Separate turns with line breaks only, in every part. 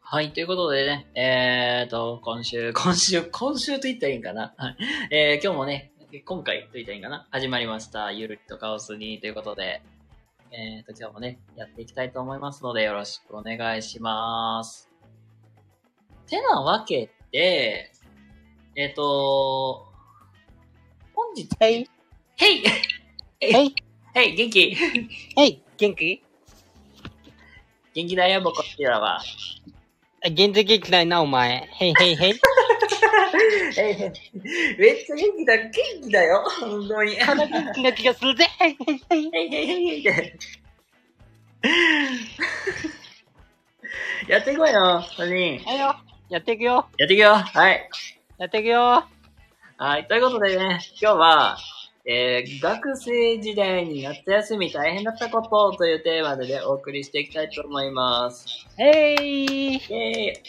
はい、ということでね、えーと、今週、 今週、今週と言ったらいいんかな。はい。えー、今日もね、今回と言ったらいいんかな。始まりました。ゆるっとカオスにということで、えーと、今日もね、やっていきたいと思いますので、よろしくお願いします。てなわけで、えっ、ー、と、本日、
はい。
へ い
はい。
はい、元気
はい、元気
元気だよ、僕ってらは。
元気元気だよな、お前。へいへいへい。
ええ、めっちゃ元気だ、元気だよ、本当に。
鼻元 気な気がするぜ。
やっていこうよ、本当に。
はいよ。やっていくよ。
やっていくよ。はい。
やっていくよ。
はい。ということでね、今日は、えー、学生時代に夏休み大変だったことというテーマで、ね、お送りしていきたいと思います。
えい、
ー、えー、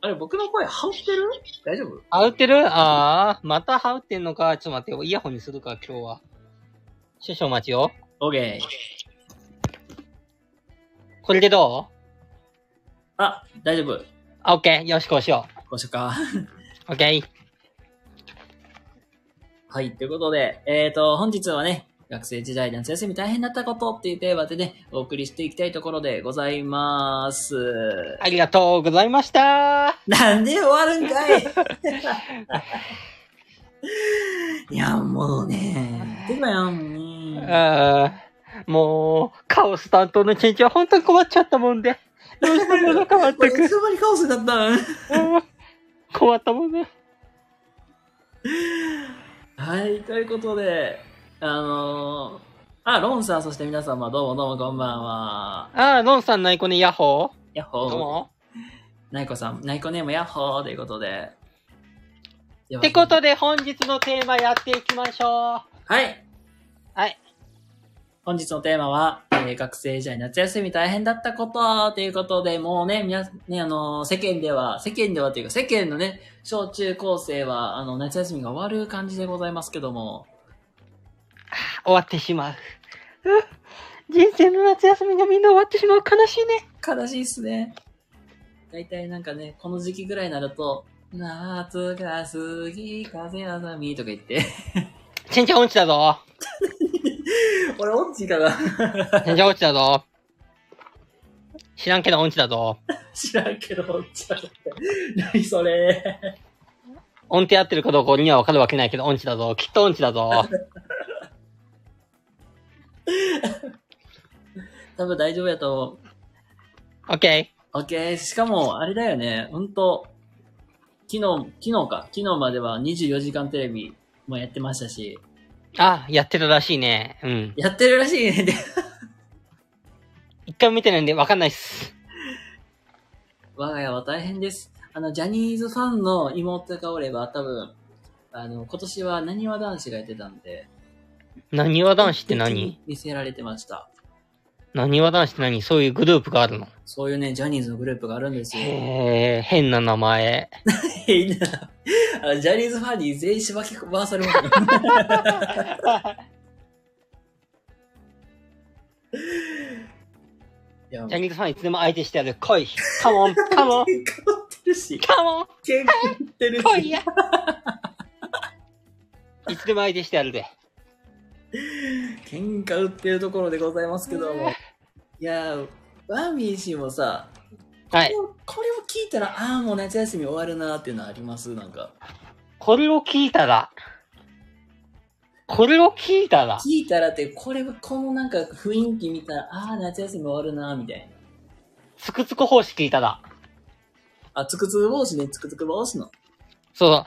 あれ、僕の声、羽織ってる大丈夫
羽織ってるああ、また羽織ってんのか。ちょっと待って、イヤホンにするか、今日は。少々お待ちよ。
オーケー。
これでど
うあ、大丈夫。
オッケー、よし、こうしよ
う。こうしようか。
オッケー。
はい、ということで、えっ、ー、と、本日はね、学生時代夏休み大変だったことっていうテーマでね、お送りしていきたいところでございます。
ありがとうございました
なんで終わるん かいいや、もうね、でもよ、
ね、あもう、カオス担当の緊張本当に困っちゃったもんで。どうしてもの変わって く。
いつの間にカオスだったん
困ったもんね。
はい、ということで、あのー、あ、ロンさん、そして皆様、どうもどうもこんばんは。
あ、ロンさん、ナイコね、ヤッホ
ーヤッホー。
どうも。
ナイコさん、ナイコネームヤッホーということで。
ってことで、本日のテーマやっていきましょう。
はい。
はい。
本日のテーマは、えー、学生時代夏休み大変だったことということで、もうね、皆、ね、あのー、世間では、世間ではというか、世間のね、小中高生は、あの、夏休みが終わる感じでございますけども。
終わってしまう。人生の夏休みがみんな終わってしまう。悲しいね。
悲しいっすね。大体なんかね、この時期ぐらいになると、夏が過ぎ、風あざみとか言って。
ちんちゃん落ちたぞ。
俺音痴かな
じゃあ音痴だぞ。知らんけど音痴だぞ。
知らんけど音痴だぞ。何それ。
音程合ってるかどうか俺には分かるわけないけど音痴だぞ。きっと音痴だぞ。
多分大丈夫やと思う。
オッケ
ー。オッケー。しかも、あれだよね。ほんと、昨日、昨日か。昨日までは24時間テレビもやってましたし。
あ、やってるらしいね。うん。
やってるらしいね。
一回見てないんでわかんないっす。
我が家は大変です。あの、ジャニーズファンの妹がおれば多分、あの、今年はなにわ男子がやってたんで。
なにわ男子って何
見せられてました。
なにわ男子って何そういうグループがあるの
そういうね、ジャニーズのグループがあるんですよ。
へえ、変な名前。
変な。あジャニーズファンに全員しばき回されます、 ね、
ジャニーズファンいつでも相手してやる。来い。カモン、カモ
喧嘩売っ
ン。
てるし。
カモン。
喧嘩売 ってるし。
来いや。いつでも相手してやるで。
喧嘩売ってるところでございますけども。いやー、ワーミー氏もさ、
はい、
これを聞いたら、ああ、もう夏休み終わるなーっていうのはありますなんか。
これを聞いたら。これを聞いたら。
聞いたらって、これ、このなんか雰囲気見たら、ああ、夏休み終わるなーみたいな。
つくつく帽子聞いたら。
あ、つくつく帽子ね、つくつく帽子の。
そうだ。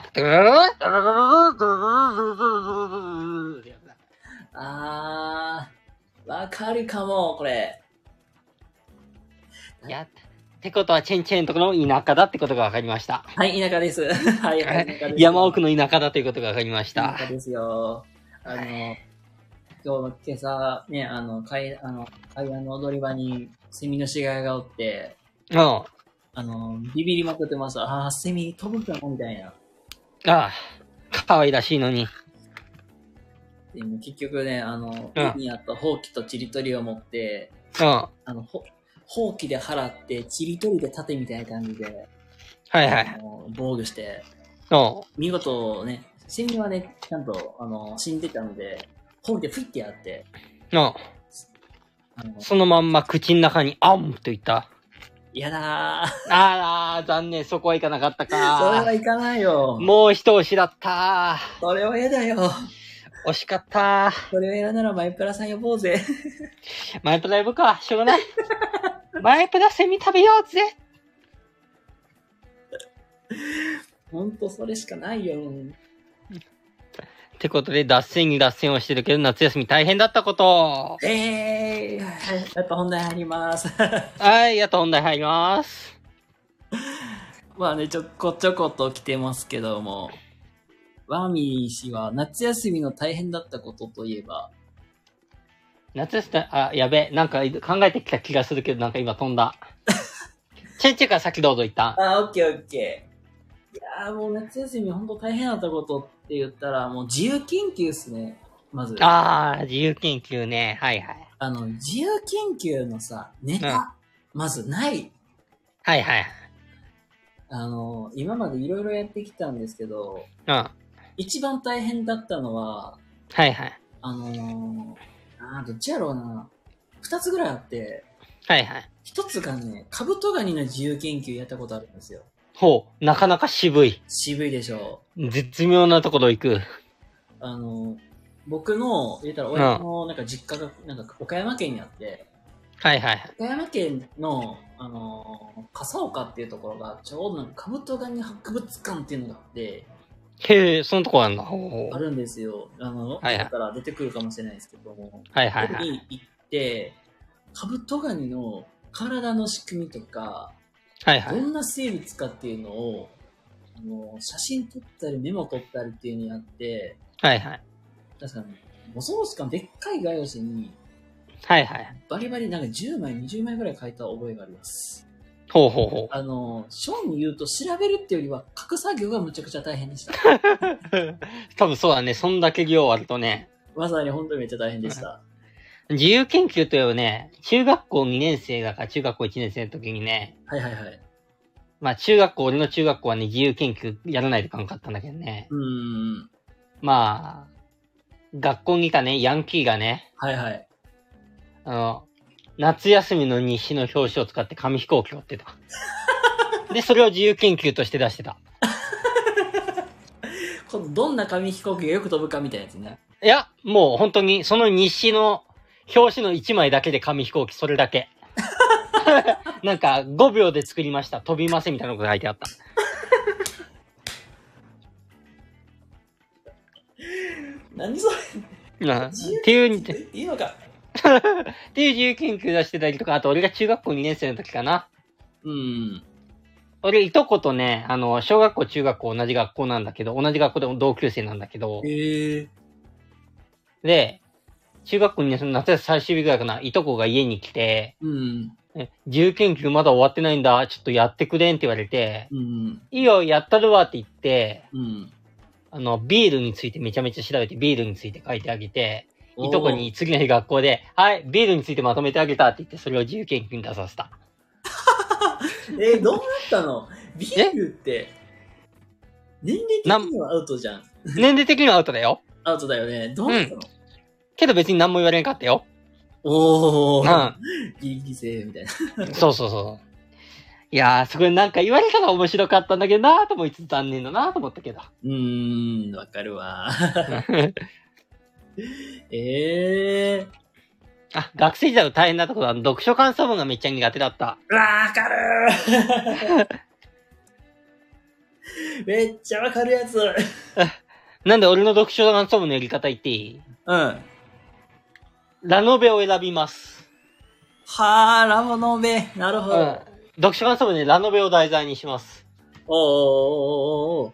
あー、わかるかも、これ。
やった。ってことは、チェンチェンとこの田舎だってことが分かりました。
はい、田舎 です。はい、田舎です。
山奥の田舎だということが分かりました。
田舎ですよ。あの、今日の今朝、ね、あの、階、あの、階段の踊り場に、セミの死骸がおって、
うん。あ
の、ビビりまくってました。ああ、セミ飛ぶかも、みたいな。
ああ、可愛らしいのに。
でも結局ね、あの、うん、にあったほうきとちりとりを持って、
うん。あ
の、ほほうきで払って、ちりとりで盾みたいな感じで、
はいは
あ
い。
の防御して、
おう
見事ね、死人はね、ちゃんと、あの、死んでたので、ほうきでフィッてやって、
おう
あの、
そのまんま口の中にあんといった。
やだー。
あら、残念、そこはいかなかった
それは
か。
いかないよ。
もう一押しだった。
それは嫌だよ。
惜しかった。
それをやるならマイプラさん呼ぼうぜ。
マイプラ呼ぶか、しょうがない。マイプラセミ食べようぜ。
ほんとそれしかないよ。
ってことで、脱線に脱線をしてるけど、夏休み大変だったこと。
えー、はいやっぱ本題入ります。
はい、やっと本題入ります。
まあね、ちょこちょこと来てますけども、ワーミー氏は夏休みの大変だったことといえば、
夏休み、あ、やべえ、なんか考えてきた気がするけど、なんか今飛んだ。チェンチェから先どうぞ一旦。
あ、オッケーオッケー。いやーもう夏休みほんと大変だったことって言ったら、もう自由研究っすね、まず。あ
あー、自由研究ね。はいはい。
の、自由研究のさ、ネタ、まずない。
はいはい。
あの、今までいろいろやってきたんですけど、
うん。は
一番大変だったのは、
いはい。
あのー、あーどっちやろうな。二つぐらいあって、
はいはい。
一つがね、カブトガニの自由研究やったことあるんですよ。
ほう、なかなか渋い。
渋いでしょ
絶妙なところ行く。
う。あのー、僕の、言ったら親のなんか実家が、なんか岡山県にあって、
はいはいはい。
岡山県の、あのー、笠岡っていうところが、ちょうどなんかカブトガニ博物館っていうのがあって、
へえ、そのとこあるんだ。ほう
あ。るんですよ。あの、
はいはい
だから出てくるかもしれないですけども、
はいはい
ここ
はい。
に行って、カブトガニの体の仕組みとか、
はいは
ど
い。
んな生物かっていうのを、あの写真撮ったりメモ撮ったりっていうのやって、
はいはい。
確かに、もそろしかでっかい画用紙に、
はいはい。
バリバリなんか10枚、20枚ぐらい書いた覚えがあります。
ほうほうほ
あの、ショーに言うと調べるっていうよりは、書く作業がむちゃくちゃ大変で した。
う。多分そうだね。そんだけ量あるとね。
まさに本当にめっちゃ大変でした。
自由研究といえばね、中学校2年生だから中学校1年生の時にね、
はいはいはい。
まあ中学校、俺の中学校はね、自由研究やらないといかんかったんだけどね。
うーん。
まあ、学校にいたね、ヤンキーがね、
はいはい。
あの、夏休みの日誌の表紙を使って紙飛行機を折って た。で、それを自由研究として出してた。
このどんな紙飛行機がよく飛ぶかみたいなやつね。
いや、もう本当に、その日誌の表紙の1枚だけで紙飛行機、それ だけ。なんか、5秒で作りました。飛びませんみたいなことが書いてあった。
何それ
うんっ
自由
ていう、っ
いいのか。
ていう自由研究出してたりとか、あと俺が中学校2年生の時かな。
うん。
俺、いとことね、あの、小学校、中学校同じ学校なんだけど、同じ学校でも同級生なんだけど、
へえ。
で、中学校2年生の夏休み最終日ぐらいかな、いとこが家に来て、
うん。
え自由研究まだ終わってないんだ、ちょっとやってくれんって言われて、
うん。
いいよ、やったるわって言って、
うん。
あの、ビールについてめちゃめちゃ調べて、ビールについて書いてあげて、いとこに次の日学校で、はい、ビールについてまとめてあげたって言って、それを自由研究に出させた。
おー。えーどうなったのビールって、年齢的にはアウトじゃん。
年齢的にはアウトだよ。
アウトだよね。どうなったの、
けど別に何も言われんかったよ。
お
う
ー。
ん。
ギリギリセーフみたいな。
そうそうそう。いやー、そこでなんか言われたら面白かったんだけどなーと思いつつ残念だなーと思ったけど。
うーん、わかるわ。 ええ
あ、学生時代の大変なところは読書感想文がめっちゃ苦手だった。
ー。わかるー めっちゃわかるやつ。
なんで俺の読書感想文のやり方言っていい
うん。
ラノベを選びます。
はあ、ラボのべ。なる
う
ほ
ん
ど。。
読書感想文でラノベを題材にします。
おーおーおーおーおー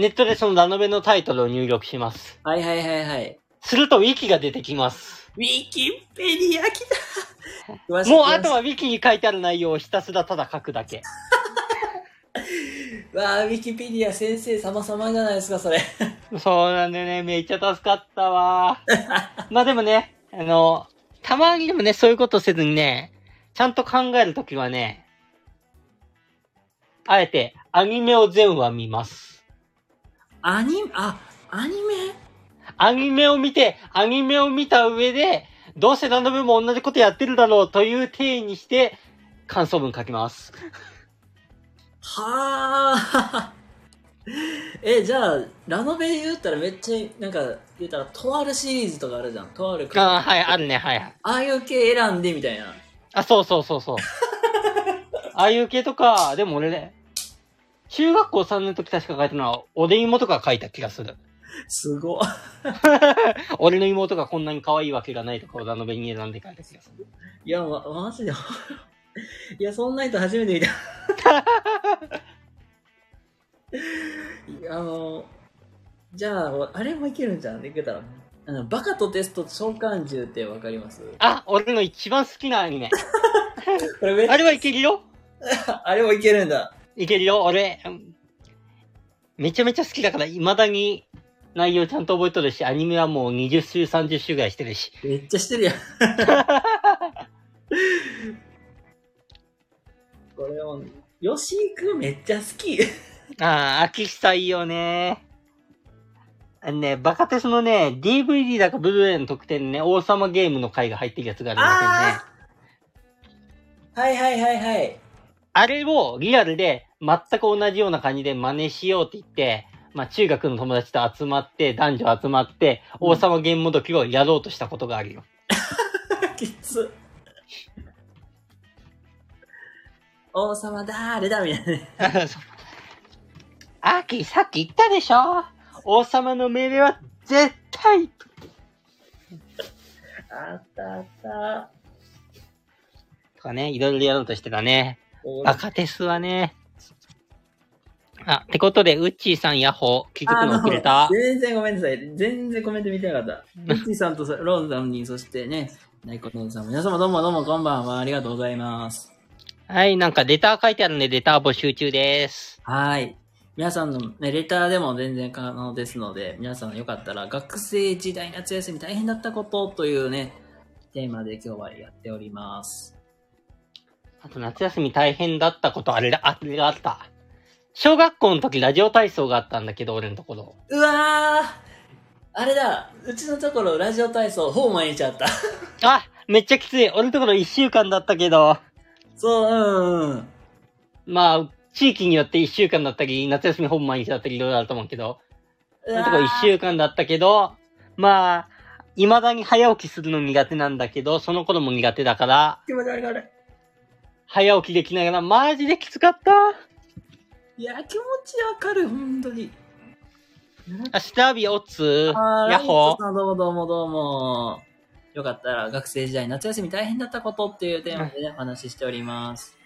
ネットでそのラノベのタイトルを入力します。
はいはいはいはい。
するとウィキが出てきます。
ウィキペディア来た詳しく
もうあとはウィキに書いてある内容をひたすらただ書くだけ。
わあ、ウィキペディア先生様様じゃないですか、それ。
そうなんだよね。めっちゃ助かった わ。まあでもね、あの、たまにでもね、そういうことせずにね、ちちゃんと考えるときはね、あえて、アニメを全話見ます。
アニメ、あ、アニメ
アニメを見て、アニメを見た上で、どうせ何度目も同じことやってるだろうという体にして、感想文書きます。
はあ。 え、じゃあ、ラノベ言ったらめっちゃ、なんか、言ったら、とあるシリーズとかあるじゃん。とあるか。
ああ、はい、あるね、はいはい。
ああいう系選んでみたいな。
あ、そうそうそうそう。ああいう系とか、でも俺ね、中学校3年の時確か書いたのは、俺の妹が書いた気がする。
すご。
俺の妹がこんなに可愛いわけがないとか、小田のに選んで書いた気がする。
いや、ま、マジで。いや、そんな人初めて見た。 いやあの、じゃあ、あれもいけるんじゃん。できたら。あの、バカとテストと召喚獣ってわかります
あ、俺の一番好きなアニメ。
これめっちゃ
あれはいけるよ
あれもいけるんだ。
いけるよ、俺。うんめちゃめちゃ好きだから、未だに内容ちゃんと覚えとるし、アニメはもう20週、30週ぐらいしてるし。
めっちゃして るやん。これを、吉井くんめっちゃ好き。
ああ、秋久いいよね。あのね、バカテスのね、DVD だかブルーレイの特典にね、王様ゲームの回が入ってるやつがあるんだけどね。
はいはいはいはい。
あれをリアルで全く同じような感じで真似しようって言って、まあ中学の友達と集まって、男女集まって、
うん
王様ゲームもどきをやろうとしたことがあるよ。
きつ。王様だーれだみたいなね。
秋、さっき言ったでしょ王様の命令は絶対
あったあった。
とかね、いろいろやろうとしてたね。バカテスはね。あ、ってことで、ウッチーさん、ヤッホー、気づくの遅れ
あ
た。
全然ごめんなさい。全然コメント見てなかった。ミッチーさんとローンさんに、そしてね、ナイコトンさん、皆様どうもどうもこんばんは。ありがとうございます。
はい、なんかレター書いてあるんで、レター募集中です。
はい。皆さんの、ね、レターでも全然可能ですので、皆さんよかったら、学生時代夏休み大変だったことというね、テーマで今日はやっております。
あと、夏休み大変だったこと、あれだ、あれがあった。小学校の時、ラジオ体操があったんだけど、俺のところ。
うわーあれだうちのところラジオ体操、ほうまいちゃった。
あ、めっちゃきつい。俺のところ1週間だったけど、
そう、うん、うん。
まあ、地域によって1週間だったり、夏休み本毎日だったり、いろいろあると思うけど、
う
俺
わ
のところ1週間だったけど、まあ、未だに早起きするの苦手なんだけど、その頃も苦手だから、
気持ち悪い、あれ。
早起きできながら、マジできつかった。
いや、気持ちわかる、本当に。
あ、シタビオッツ
あー
ー、ヤッホー。
ライトさんどうもどうもどうも。よかったら、学生時代夏休み大変だったことっていうテーマでね、お話ししております。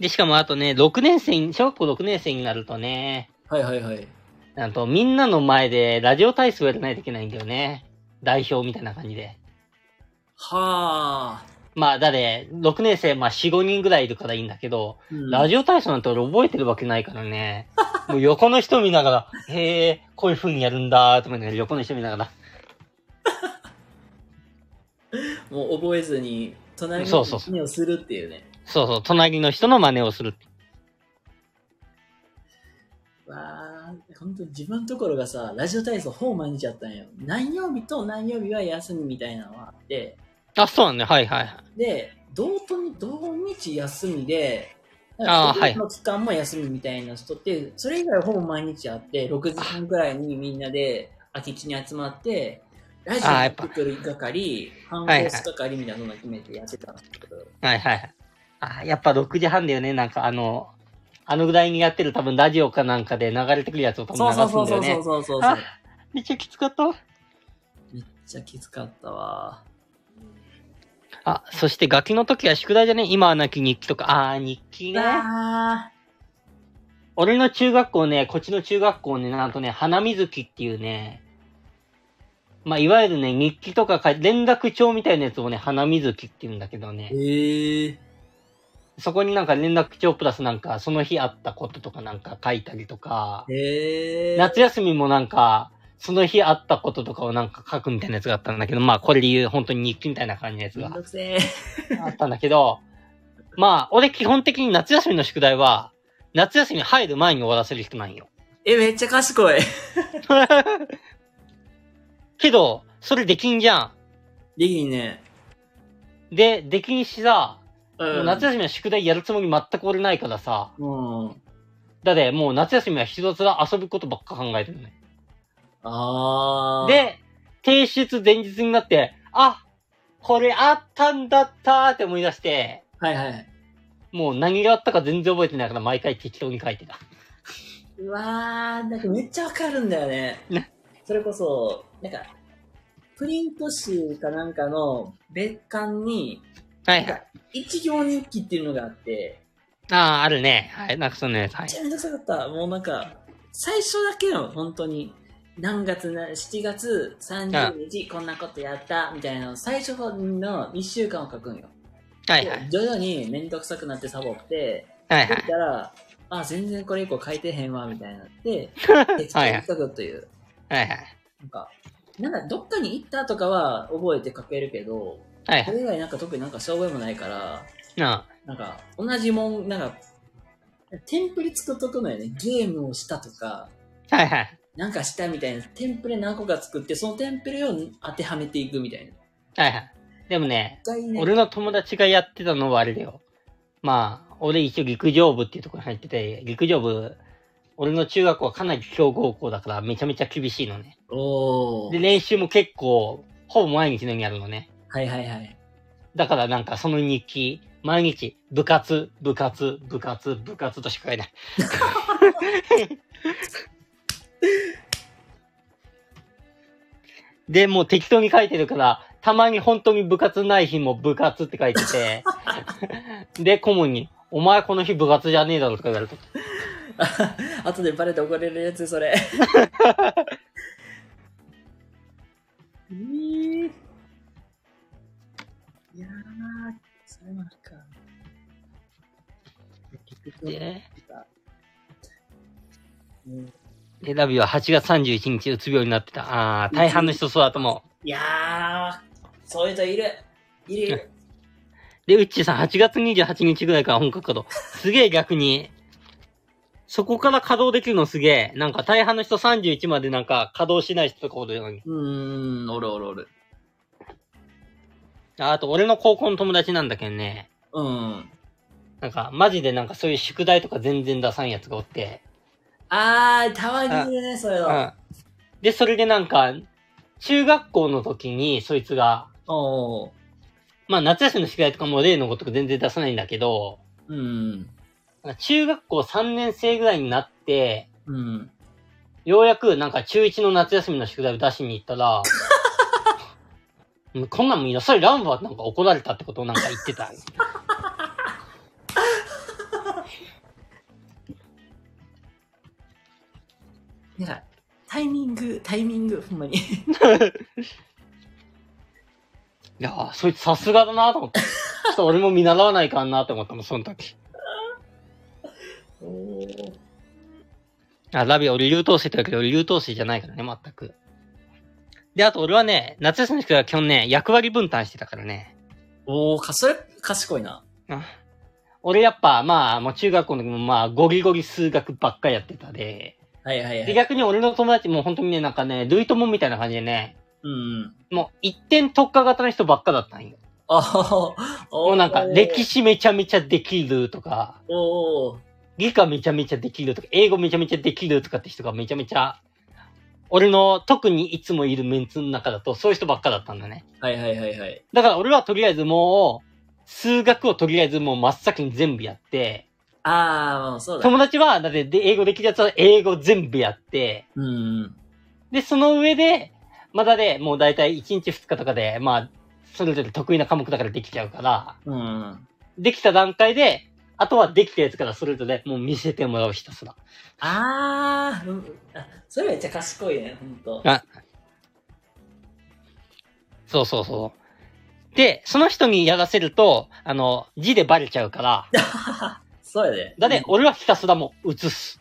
で、しかもあとね、6年生に、小学校6年生になるとね、
はいはいはい。
なんとみんなの前でラジオ体操やらないといけないんだよね。代表みたいな感じで。
はあ。
まあ、誰、6年生、まあ4、5人ぐらいいるからいいんだけど、ラ
ジ
ジオ体操なんて俺覚えてるわけないから ね。もう横の人見ながら、へえ、こういう風にやるんだーと思いながら、横の人見ながら。
もう覚えずに、隣の
そうそうそう
何をするっていうね。
そうそう、隣の人の真似をする。
わあ、本当自分のところがさ、ラジオ体操ほぼ毎日やったんよ。何曜日と何曜日は休みみたいなのはあって、
あ、そうなんだ、はいはいはい。
で、同とに同日休みで、
あーはい
の期間も休みみたいな人って、それ以外はほぼ毎日あって、6時間くらいにみんなで空き地に集まって、ラジオ
あーやっぱ
作ってる係、半
はい
押す係みたいなのを決めてやってたんですけど、
はいはい。あ、やっぱ6時半だよね。なんかあの、あのぐらいにやってる多分ラジオかなんかで流れてくるやつを多分
そう
流
そう
す
そ
ん
う
だ
そ
よ
うそ
ね
う。そうそう
あ、めっちゃきつかった。
めっちゃきつかったわ。
あ、そしてガキの時は宿題じゃね今はなき日記とか。あー、日記ね。
あ
俺の中学校ね、こっちの中学校ね、なんとね、花水木っていうね、まあ、いわゆるね、日記とかか連絡帳みたいなやつをね、花水木って言うんだけどね
ー。へえ
そこになんか連絡帳プラスなんか、その日あったこととかなんか書いたりとか。
へえ
夏休みもなんか、その日あったこととかをなんか書くみたいなやつがあったんだけど、まあこれで言う本当に日記みたいな感じのやつ
めん
が
どくせえ。
あったんだけど、まあ、俺基本的に夏休みの宿題は、夏休み入る前に終わらせるしかないよ。
え、めっちゃ賢い。
けど、それできんじゃ
いいね。
ん。で、できんしさ、も
う。
うん夏休みの宿題やるつもり全く俺ないからさ、
うん。
だってもう夏休みはひたすら遊ぶことばっか考えてるね。
あー。、
で、提出前日になって、あ、これあったんだったーって思い出して、
はいはい。
もう何があったか全然覚えてないから毎回適当に書いてた。
うわー、なんかめっちゃわかるんだよね。
ね
それこそ、なんか、プリント集かなんかの別館に、
はい
はい。一行日記っていうのがあって、
ああ、あるね。はい。なんかそのやつ。は
めっちゃめんどくさかった。もうなんか、最初だけの、本当に。何月な、7月30日、こんなことやった、みたいなの、最初の1週間を書くんよ。
は。
徐々にめんどくさくなってサボって、
は
できたら、あ、全然これ以降書いてへんわ、みたいになって、適当
はい
に
はい
書くという。
はいはい。
なんか、なんかどっかに行ったとかは覚えて書けるけど、
はい
そ。れ以外なんか特になんかしょうがもないから、
な
なんか、同じもん、なんか、テンプレ作っとくのよね。ゲームをしたとか、
あ。はいはい。
なんかしたみたいな、テンプレ何個か作って、そのテンプレを当てはめていくみたいな。一
はいはい。でもね、
回ね
俺の友達がやってたのはあれだよ。まあ、俺一応陸上部っていうところに入ってて、陸上部、俺の中学校はかなり強豪校だからめちゃめちゃ厳しいのね。
お
で、
ー。
練習も結構、ほぼ毎日のようにやるのね。
はいはいはい。
だからなんかその日記、毎日、部活、部活、部活、部活としか書いてない。で、もう適当に書いてるから、たまに本当に部活ない日も部活って書いてて、で、顧問に、お前この日部活じゃねえだろとか言われると。
あとでバレて怒られるやつ、 それ。えー、いやー、それもあるか。結局
で、
うん
でラビは8月31日うつ病になってた。ああ、大半の人そうだと思う。
いやー、そういう人いる。いるいる。
で、うっちーさん、8月28日ぐらいから本格稼働。すげえ逆に。そこから稼働できるのすげえ。なんか大半の人31までなんか稼働しない人とかおるのに。
うーん、おるおるおる。
ああと、俺の高校の友達なんだけどね。
うん。
なんか、マジでなんかそういう宿題とか全然出さんやつがおって。
あー、たまにいるね、そういう
う
の。
ん。で、それでなんか、中学校の時にそいつが、
おー。
まあ夏休みの宿題とかも例のごとく全然出さないんだけど、
うん。
なんか中学校3年生ぐらいになって、
うん。
ようやくなんか中1の夏休みの宿題を出しに行ったら、 こんなんもいいなさい、ランバーなんか怒られたってことをなんか言ってた。
なんか、タイミング、タイミング、ほんまに。
いやー、そいつさすがだなと思って。ちょっと俺も見習わないかんなと思ったもん、その時。
おー。
あ、ラビ、俺優等生って言うけど、俺優等生じゃないからね、全く。で、あと俺はね、夏休みの宿題は基本ね、役割分担してたからね。
おー、か、それ、賢いな。
あ俺やっぱ、まあ、もう中学校の時もまあ、ゴリゴリ数学ばっかりやってたで、
はいはいは
で
い。
逆に俺の友達も本当にね、なんかね、ルイトモンみたいな感じでね、
うんうん。
もう一点特化型の人ばっかだったんよ。
あーお
もうなんか歴
史。
史めちゃめちゃできるとか、
おー。
理科めちゃめちゃできるとか、英語めちゃめちゃできるとかって人がめちゃめちゃ、俺の特にいつもいるメンツの中だとそういう人ばっかだったんだね。
はいはいはいはい。
だから俺はとりあえずもう、数学をとりあえずもう真っ先に全部やって、
あー、もうそうだ。
友達は、だってで英語できるやつは英語全部やって、
うんうん。
で、その上で、まだで、もう大体1日2日とかで、まあ、それぞれ得意な科目だからできちゃうから、
うんうん。
できた段階で、あとはできたやつからそれぞれもう見せてもらうひたすら。
あー、うんあそれめっちゃ賢いね、ほんと。
あそうそうそう。で、その人にやらせると、あの、字でバレちゃうから、
そうやで。
だね、俺はひたすらもう写す。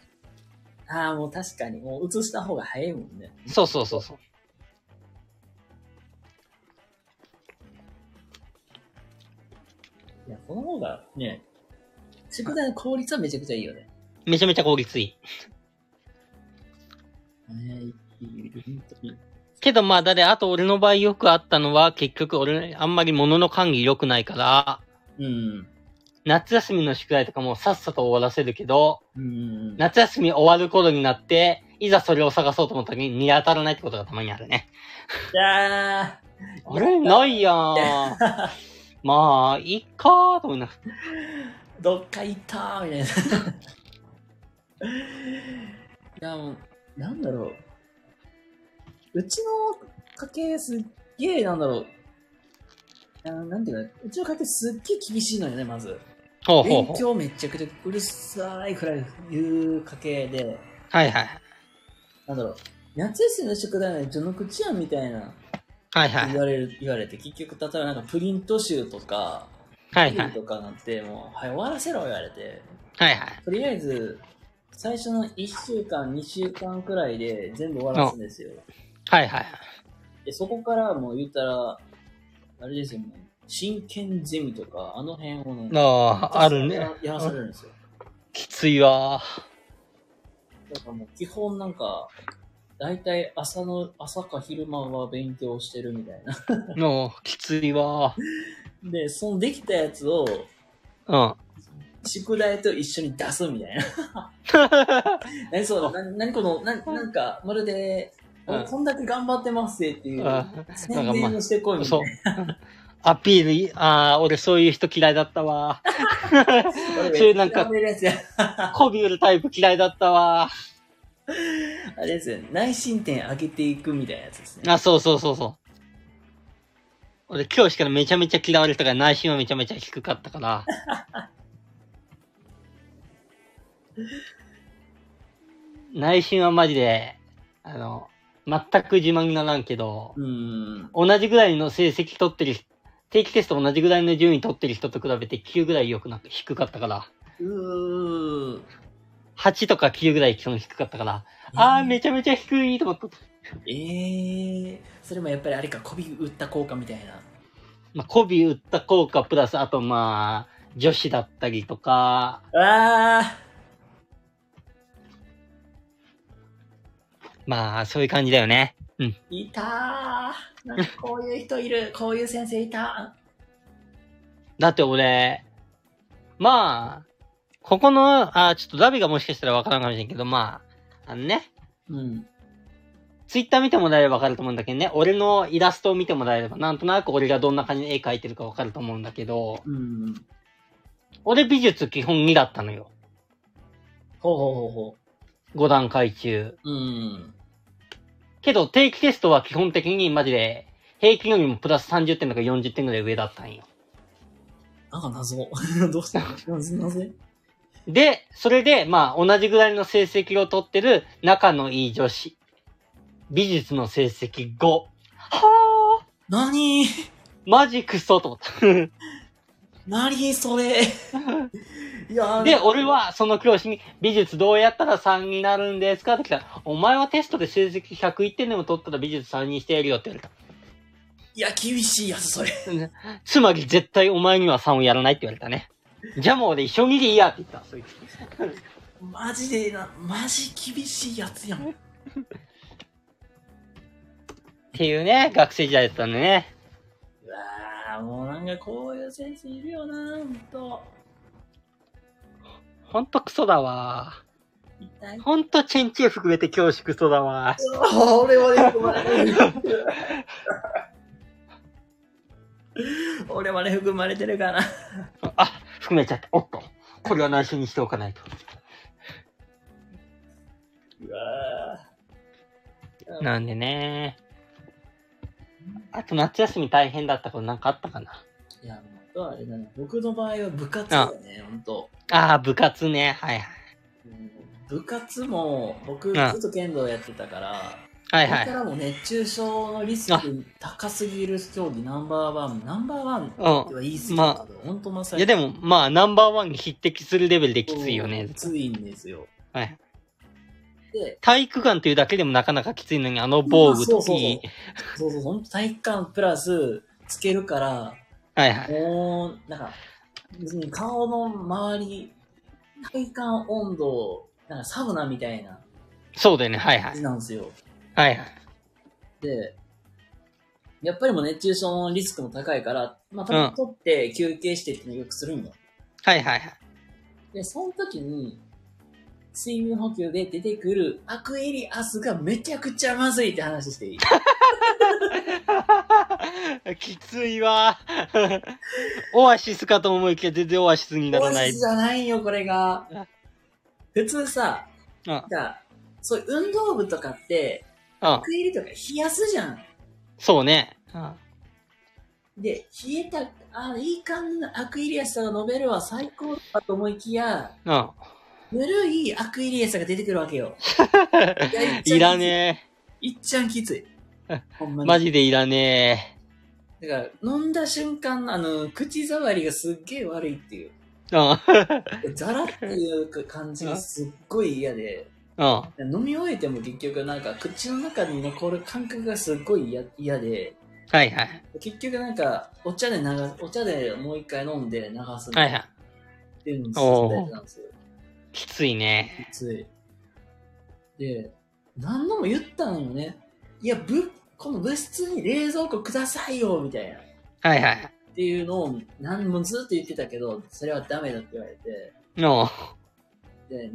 ああ、もう確かに。もう映した方が早いもんね。
そうそうそうそう。
いや、その方がね、宿題の効率はめちゃくちゃいいよね。
めちゃめちゃ効率いい。
ねいいいい本当に
けどまあ、だで、あと俺の場合よくあったのは、結局俺、あんまり物の管理良くないから、
うん。
夏休みの宿題とかもさっさと終わらせるけど、
うん。
夏休み終わる頃になって、いざそれを探そうと思った時に見当たらないってことがたまにあるね。
じゃあ、
あれないやん。まあ、いっかーと思いながら。
どっか行ったーみたいな。いや、もう、なんだろう。うちの家系すっげえ、なんだろう。あーなんていうか、うちの家系すっげえ厳しいのよね、まず。
ほうほう
勉
ほう。
強めちゃくちゃうるさいくらい言う家系で、
はいはい。
なんだろう。夏休みの宿題の序の口やんみたいな
はいはい
言。われる、言われて、結局、例えばなんかプリント集とか、
は
ビ
いは
ル
い。
とかなんて、もう、はい、終わらせろ言われて、
はいはい。
とりあえず、最初の1週間、2週間くらいで全部終わらすんですよ。
はいはい。
で、そこからもう言ったら、あれですよ、ね、真剣ゼミとか、あの辺をね、
ああ、あるね。
やらされるんですよ。
きついわー。
だからもう基本なんか、大体朝の、朝か昼間は勉強してるみたいな。
のきついわー。
で、そのできたやつを、
うん。
宿題と一緒に出すみたいな。 何そう、な何この、ななんか、まるで、
うん
こんだけ頑張ってますぜっていう
あ、
宣伝をしてこいみた
そ
いうな。。
アピールい、ああ、俺そういう人嫌いだったわ。そういうなんか
あれですよ
こび売るタイプ嫌いだったわ。
あれですよね。内申点上げていくみたいなやつですね。
あ、そうそうそうそう。俺教師からめちゃめちゃ嫌われたから内心はめちゃめちゃ低かったから。内心はマジで、あの、全く自慢にならんけど、
うーん。
同じぐらいの成績取ってる人、定期テスト同じぐらいの順位取ってる人と比べて9ぐらい良くなく、低かったから、
うー。
8とか9ぐらい基本低かったから、あーめちゃめちゃ低いと思った。
えー、それもやっぱりあれか、媚び打った効果みたいな。
まあ、媚び打った効果プラス、あとまあ、女子だったりとか、
あ
まあ、そういう感じだよね。うん。
ー、いたー。なんかこういう人いる。こういう先生いた
だって俺、まあ、ここの、あーちょっとラビがもしかしたらわからんかもしれんけど、まあ、あのね、
ー。うん。
ツイッター見てもらえればわかると思うんだけどね、俺のイラストを見てもらえれば、なんとなく俺がどんな感じで絵描いてるかわかると思うんだけど、
うん。
俺美術基本2だったのよ。
ほうほうほうほ
5段階中。
う。うん。
けど定期テストは基本的にマジで、平均よりもプラス30点とか40点ぐらい上だったんよ。
なんか謎。 どうしたの謎なぜ
で、それで、まあ、同じぐらいの成績を取ってる仲のいい女子。美術の成績5。はぁ
何
マジクソと思っ
何それ いや
た。
ー
で、俺、はその教師に、美術どうやったら3になるんですかって来たら、お前はテストで成績101点でも取ったら美術3にしてやるよって言われた。
いや、厳しいやつ、それ。
つまり絶対お前には3をやらないって言われたね。じゃあもう俺一緒にでいいやって言った。そいつ
マジでな、マジ厳しいやつやん。
っていうね、学生時代だったんでね。
うわーもうなんかこういう先生いるよなほんと
ほんとクソだわ。
痛い
ほんとチェンチエ含めて教師クソだわ。
俺はね含まれてる俺まで含まれてるかな
あ、含めちゃった。おっと。これは内緒にしておかないと。
うわ
なんでね。あと夏休み大変だったことなんかあったかな。
ーいやもうあとはあれだね僕の場合は部活だよねほんと
ああ、部活ね。はいはい。
うん部活も僕
ん
ずっと剣道やってたから、
はい
こ
は
れか
い。
らも熱中症のリス
あ
ク高すぎる競技ナンバーワンナンバーワンって
う
は言い過ぎ
ま
だけど、ほんとまさ
ん。いやでも、まあ、ナンバーワンに匹敵するレベルできついよね
き。ついんですよ
はい。
で
体育館というだけでもなかなかきついのに、あの防具
そ
と
うそう
い
そうそう
い。
そうそう、ほんと体育館プラス、つけるから、
はいはい。
もう、なんか、別に顔の周り、体感温度、なんかサウナみたいな
そうだよね。はいは
感
い。
じなんですよ。
はいはい。
で、やっぱりもう熱中症のリスクも高いから、まあ、多
う
分
ん
取って休憩してっていうのをよくするんよ。
はいはいはい。
で、その時に、水分補給で出てくるアクエリアスがめちゃくちゃまずいって話していい
きつ い わ。オアシスかと思いきや全然オアシスにならない。
じゃないよ、これが。普通さ、
うん
なんかそういう運動部とかって、
うん
ア、クエリとか冷やすじゃん。
そうね。うん
で、冷えた、あ、いい感じのアクエリアスとか飲めるわ、最高だと思いきや、
うん。
ぬるいアクエリアスが出てくるわけよ。や
いらね
いっちゃんきつ い。ほんま
え。
に。
マジでいらね
だから、飲んだ瞬間の、あの、口触りがすっげえ悪いっていう。
え。うん。
ザラっていうか感じがすっごい嫌で、
うん。
飲み終えても結局なんか口の中に残る感覚がすっごい嫌嫌で、
はいはい。
結局なんかお茶で流す、お茶でもう一回飲んで流す
はいはい。
っていうのも大事なんですよ。
きついね。
きつい。で、何度も言ったのよね。いや、ぶ、この物質に冷蔵庫くださいよみたいな。
はいはい。
っていうのを何もずっと言ってたけど、それはダメだって言われて、
の、
で、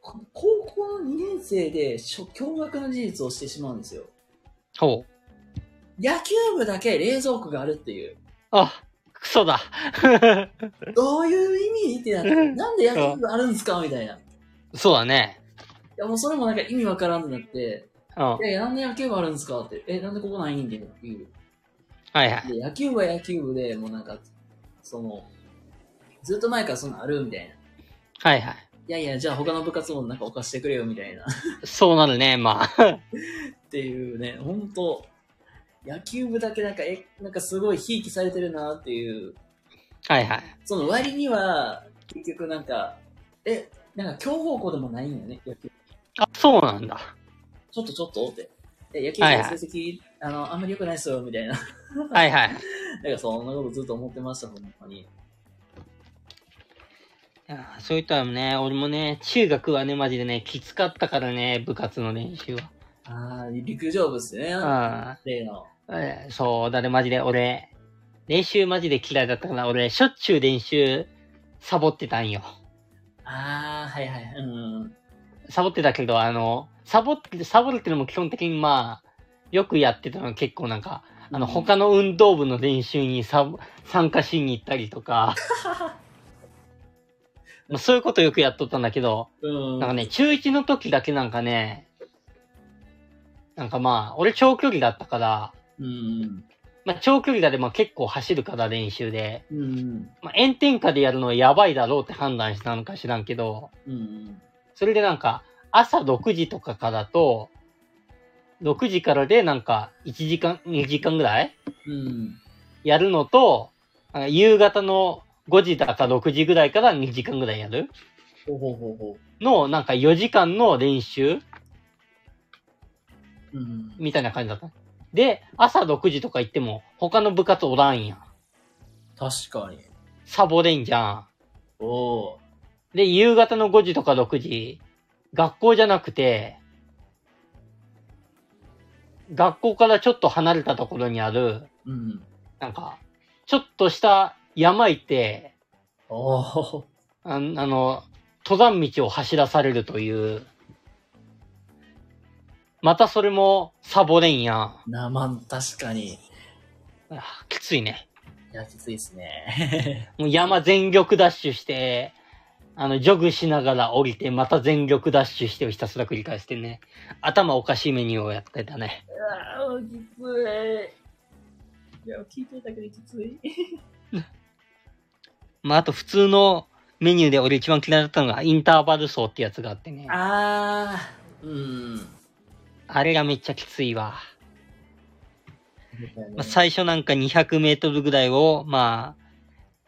こ高校の2年生でしょ驚愕の事実をしてしまうんですよ。
ほう。
野球部だけ冷蔵庫があるっていう。
あ、クソだ。
どういう意味ってなって、なんで野球部あるんですかみたいな。い
そうだね。
や、もうそれもなんか意味わからんってなって、
うん。は
い
い
やいや、なんで野球部あるんですかって、え、なんでここないんっていう。
はい。
で、野球部は野球部で、もうなんか、その、ずっと前からそんなんあるみたいな。い
はいはい。
やいや、じゃあ他の部活もなんかお貸してくれよみたいな。
そうなるね、まあ。
っていうね、ほんと、野球部だけなんか、え、なんかすごいひいきされてるなっていう、
はいはい。
その割には、結局なんか、え、なんか強豪校でもないんよね、野球。
あ、そうなんだ。
ちょっとちょっとって。え、野球部
はい
の
は
成
い
績、あの、あんまり良くないっすよ、みたいな。
はいはい。
なんかそんなことずっと思ってました、ほんまに。
いやーそういったらね、俺もね、中学はね、マジでね、きつかったからね、部活の練習は。
あー、陸上部っすね、
あ
例の。
あ、えーそう、だってマジで俺、練習マジで嫌いだったから、俺、しょっちゅう練習、サボってたんよ。
あー、はいはい、うん。
サボってたけど、あの、サボって、サボるってのも基本的にまあ、よくやってたのは結構なんか、あの、
うん
他の運動部の練習にサボ参加しに行ったり とか、まあそういうことよくやっとったんだけど、
うん。
なんかね、中1の時だけなんかね、なんかまあ、俺長距離だったから、
うん。
まあ長距離だでまあ結構走るから練習で、
うん。うん。
まあ炎天下でやるのはやばいだろうって判断したのか知らんけど、
うん。
それでなんか朝6時とかからと、6時からでなんか1時間、2時間ぐらい
うん。
やるのと、なんか夕方の5時だか6時ぐらいから2時間ぐらいやる
ほうほうほうほ
の、なんか4時間の練習
う。うん。
みたいな感じだった。で、朝6時とか行っても、他の部活おらんやん。
確かに。
サボれんじゃ
おお
ん。で、夕方の5時とか6時、学校じゃなくて、学校からちょっと離れたところにある、
ー。うん。
なんか、ちょっとした山行って、
おお。
ああの、登山道を走らされるという、またそれもサボれんやん。
な、まあ、確かに。い
あきついね。
や、きついっすね。
もう山全力ダッシュして、あの、ジョグしながら降りて、また全力ダッシュしてをひたすら繰り返してね、頭おかしいメニューをやってたね。
うわー、きつい。いや、聞いてたけどきつい。
まあ、あと普通のメニューで俺一番嫌いだったのが、インターバル走ってやつがあってね。
あ
あ
ー、うん。
れがめっちゃきついわ。まあ、
さ
最初なんか200メートルぐらいを、まあ、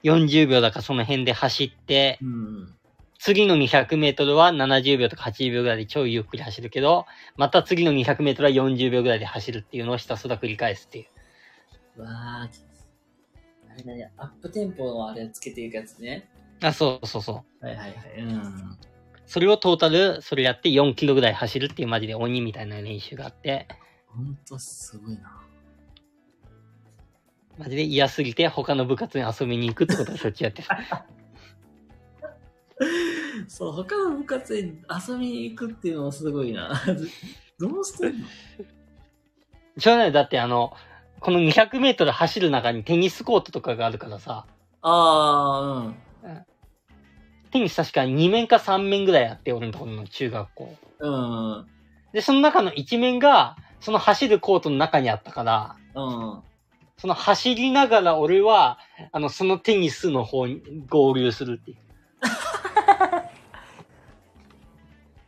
40秒だかその辺で走って、
うん。
次の200メートルは70秒とか80秒ぐらいで超ゆっくり走るけど、また次の200メートルは40秒ぐらいで走るっていうのをひたすら繰り返すっていう。
わー、きつい。あれだね、アップテンポのあれつけていくやつね。
あ、そうそうそう。
はいはいはい。うん。
それをトータル、それやって4キロぐらい走るっていうマジで鬼みたいな練習があって、
ほんとすごいな。
マジで嫌すぎて他の部活に遊びに行くってことをしょっちゅうやってた。
そう、他の部活に遊びに行くっていうのはすごいな。 どうしてんの
しょうがない。だってあの、この200メートル走る中にテニスコートとかがあるからさ、
ああ、
テニス確か2面か3面ぐらいあって、俺のところの中学校。
うん。うん。
で、その中の1面が、その走るコートの中にあったから、
うん。
その走りながら俺は、あの、そのテニスの方に合流するっていう。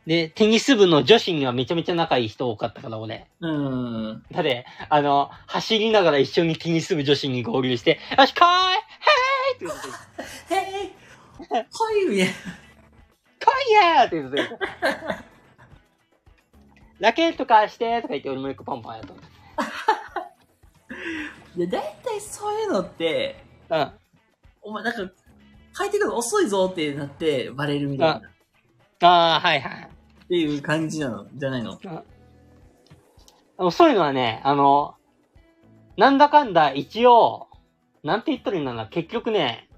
で、テニス部の女子にはめちゃめちゃ仲いい人多かったから、俺。
うん。
だって、あの、走りながら一緒にテニス部女子に合流して、よし、来いへーいって言って、
へえ、こいね。
来いやーって言って、ラケット貸してとか言って、俺もよくパンパンやった。
いや、だいたいそういうのって、
うん。
お前なんか、入ってくるの遅いぞってなって、バレるみたいな。
あああ、はいはい。
っていう感じなの、じゃないの。
あのそういうのはね、あの、なんだかんだ一応、なんて言ったらいいんだろうな、結局ね、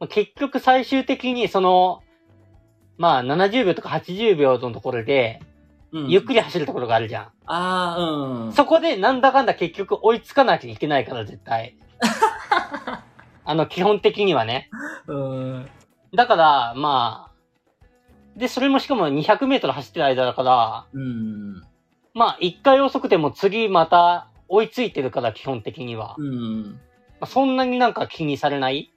まあ結局最終的にその、まあ70秒とか80秒のところで、
うん
ゆっくり走るところがあるじゃん。
ああ、うん。
そこでなんだかんだ結局追いつかなきゃいけないから絶対。あの、基本的にはね。
うん。
だから、まあ、で、それもしかも200メートル走ってる間だから、
うん。
まあ、一回遅くても次また追いついてるから、基本的には。ま
うん。
あ、そんなになんか気にされない。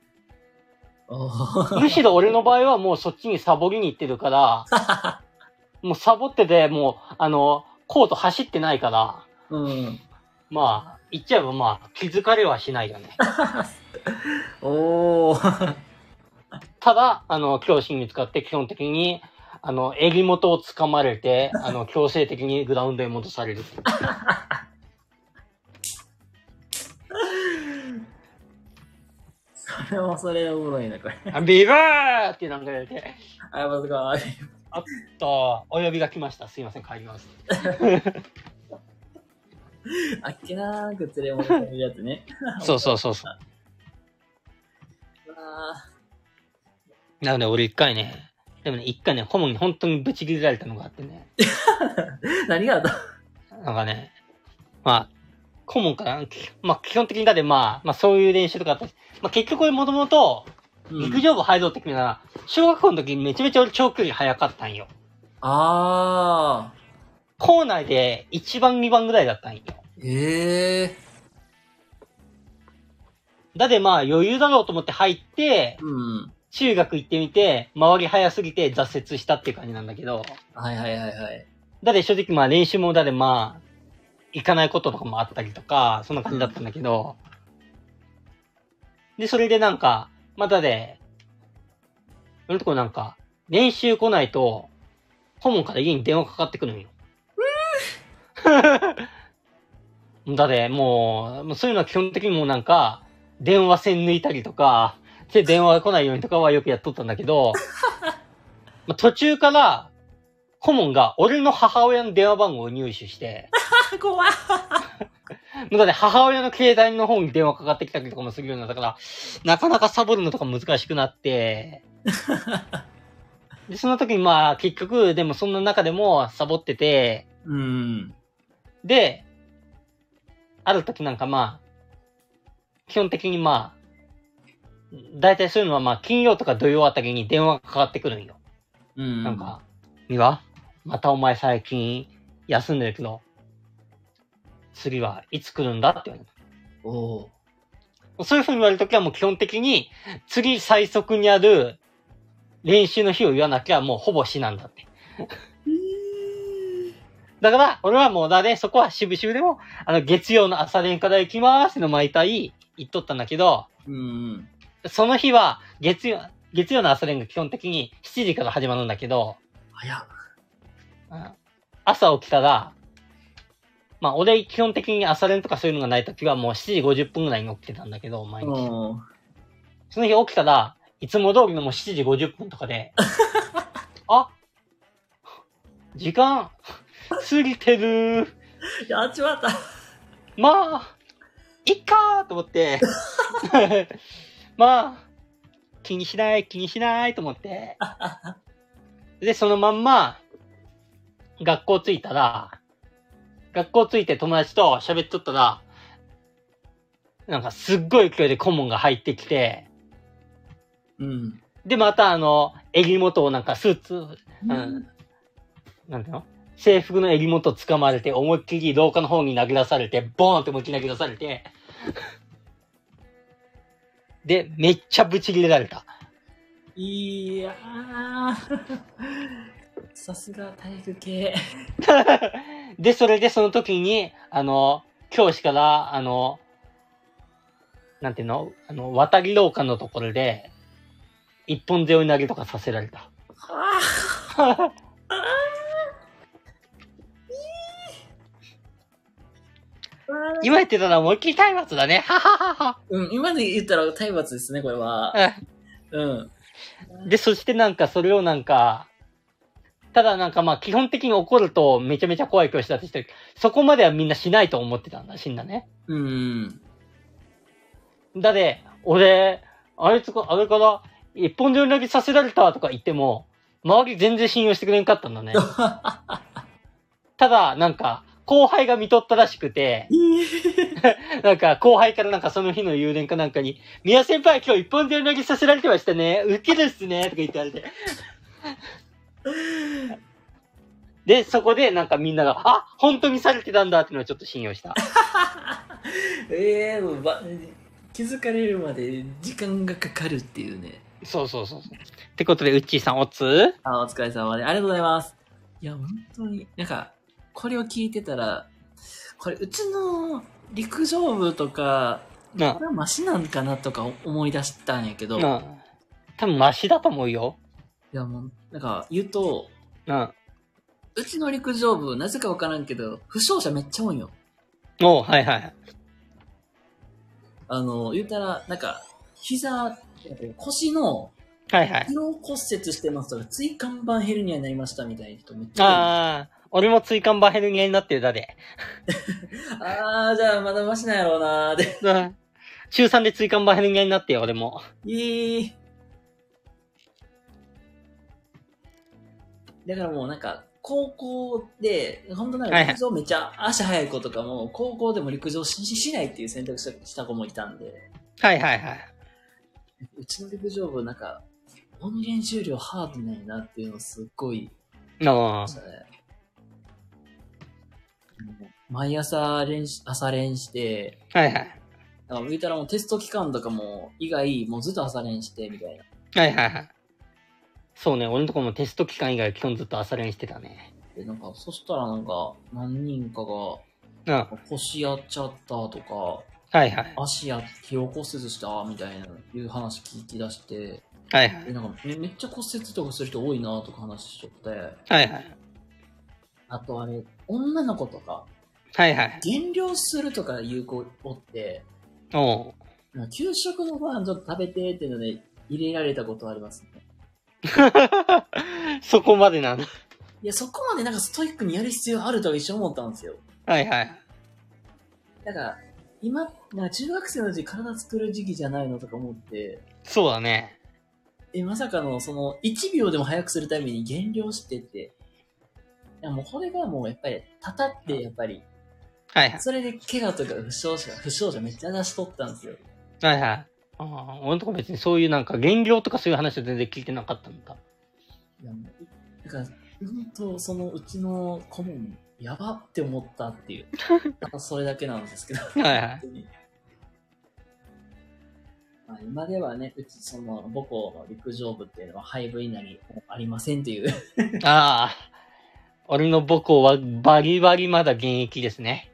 おー
むしろ俺の場合はもうそっちにサボりに行ってるから、もうサボってて、もう、あの、コート走ってないから、
うん。
まあ、言っちゃえばまあ、気づかれはしないよね。
おー。
ただ、あの、教師に見つかって基本的に、あの、襟元を掴まれて、あ の、強制的にグラウンドへ戻され る。
それはそれでおもろいな、これ。
あビバーってなんか言われて、
あ、まずか。
と、お呼びが来ました。すいません、帰ります。
あっけなーく連れ戻されるやつね。
そうそうそうそう。
あ
なので俺一回ね、でもね、一回ね、顧問に本当にぶち切られたのがあってね、
ー何があった
なんかね、まあ、顧問から、きまあ基本的にだってまあ、まあそういう練習とかあったし、まあ結局俺もともと陸上部入ろうって決めたら、小学校の時めちゃめちゃ俺長距離速かったんよ。
あ
校内で1番2番ぐらいだったんよ。
ー。ええ
だってまあ余裕だろうと思って入って、
ー。うん。
中学行ってみて、周り速すぎて挫折したっていう感じなんだけど、
はいはいはいはい。
だって正直まあ練習もだでまあ、行かないこととかもあったりとか、そんな感じだったんだけど、で、それでなんか、またで、俺のとこなんか、練習来ないと、顧問から家に電話かかってくるんよ。 だで、もう、もうそういうのは基本的にもうなんか、電話線抜いたりとか、で、電話が来ないようにとかはよくやっとったんだけど、まあ途中から、顧問が俺の母親の電話番号を入手して、
あ、怖い。
もうだって母親の携帯の方に電話かかってきたりとかもするようになったから、なかなかサボるのとか難しくなって、で、その時にまあ結局、でもそんな中でもサボってて、
うん。
で、ある時なんかまあ、基本的にまあ、大体そういうのはまあ金曜とか土曜あたりに電話がかかってくるんよ。
うん。
なんか、美和またお前最近休んでるけど、次はいつ来るんだって言われ
おー。
た。そういう風に言われるときはもう基本的に、次最速にある練習の日を言わなきゃもうほぼ死なんだって。だから、俺はもうだね、そこは渋々でも、あの、月曜の朝練から行きますの毎回言っとったんだけど、
うん。
その日は月曜、月曜の朝練が基本的に7時から始まるんだけど、
早っ。
朝起きたら、まあ、俺、基本的に朝練とかそういうのがないときは、もう7時50分ぐらいに起きてたんだけど、毎日。
うん。
その日起きたら、いつも通りのもう7時50分と かで、あ時間、過ぎてる
やっちまった。
まあ、いっかーと思って、 まあ、気にしない、気にしないと思って。で、そのまんま、学校着いたら、学校着いて友達と喋っとったら、なんかすっごい勢いで顧問が入ってきて、
うん。
で、またあの、襟元をなんかスーツ、うん。なんていうの制服の襟元掴まれて、思いっきり廊下の方に投げ出されて、ボーンって思いっきり投げ出されて、で、めっちゃブチ切れられた。
いやー。 さすが体育系。
で、それでその時に、あの、教師から、あの、なんていうのあの、渡り廊下のところで、一本背負い投げとかさせられた。
はぁ
今言ってたら思いっきり体罰だね。はははは。
うん、今で言ったら体罰ですね、これは。
うん
うん。
で、そしてなんかそれをなんか、ただなんかまあ基本的に怒るとめちゃめちゃ怖い教師だってして、そこまではみんなしないと思ってたんだ、死んだね。
うん。
だで、俺、あいつか、あれから、一本で投げさせられたとか言っても、周り全然信用してくれんかったんだね。ただ、なんか、後輩が見とったらしくて、なんか後輩からなんかその日の夕練かなんかに、宮先輩今日一本で投げさせられてましたね。ウケるっすね。とか言ってあれて。で、そこでなんかみんなが、あ、本当にされてたんだっていうのをちょっと信用した。
えー、もうば気づかれるまで時間がかかるっていうね。
そうそうそうそう。ってことで、うっちーさんおつ
あ、お疲れ様で、ありがとうございます。いや、本当に、なんか、これを聞いてたら、これ、うちの陸上部とか、
な
これはマシなんかなとか思い出したんやけど、
う
い
ん。多分マシだと思うよ。
や、もう、なんか、言うと、
うん。
うちの陸上部、なぜかわからんけど、負傷者めっちゃ多いんよ。
おうはいはい。
あの、言うたら、なんか、膝、腰の
はいはい。
疲労骨折してますとか、椎間板ヘルニアになりましたみたいな人めっちゃ
ああ、俺も椎間板ヘルニアになってるだで。
多い。あー、じゃあまだマシなんやろうなーで。
うん。中3で椎間板ヘルニアになってよ、俺も。
いい。だからもうなんか、高校で、本当なんか
はいはい
陸上めっちゃ足速い子とかも、高校でも陸上ししないっていう選択肢した子もいたんで、
はいはいはい。
うちの陸上部なんか、鬼練習量ハードなんやなっていうのをすっごい
の
ましたね。毎朝練習、朝練して、
はいはい。
なんか言うたらもうテスト期間とかも以外、もうずっと朝練してみたいな。
はいはいはい。そうね、俺のとこもテスト期間以外は基本ずっと朝練してたね。
で、なんか、そしたらなんか、何人か
うん。は
が、腰やっちゃったとか、
いはい。
足や、疲労骨折した、みたいな、いう話聞き出して、
はいはい
え、。なんかめ、めっちゃ骨折とかする人多いな、とか話しとって、
はいはい。
あとあれ、女の子とか、
はいはい。
減量するとかいう子おって、
おう。
なんか給食のご飯ちょっと食べて、っていうので、入れられたことありますね。
そこまでなんだ。
いや、そこまでなんかストイックにやる必要あるとは一瞬思ったんですよ。
はいはい。
だから、今、なんか中学生のうち体作る時期じゃないのとか思って、
そうだね。
え、まさかの、その、1秒でも早くするために減量してって、いやもうこれがもうやっぱり、たたってやっぱり、
はいはい。
それで怪我とか負傷者、負傷者めっちゃ出しとったんですよ。
はいはい。ああ、俺のとこ別にそういうなんか減量とかそういう話は全然聞いてなかったんだ。
いやもう、だから、本当そのうちの顧問、やばって思ったっていう。ただそれだけなんですけど。
はいはい。
まあ、今ではね、うちその母校の陸上部っていうのは廃部になりありませんっていう。
ああ、俺の母校はバリバリまだ現役ですね。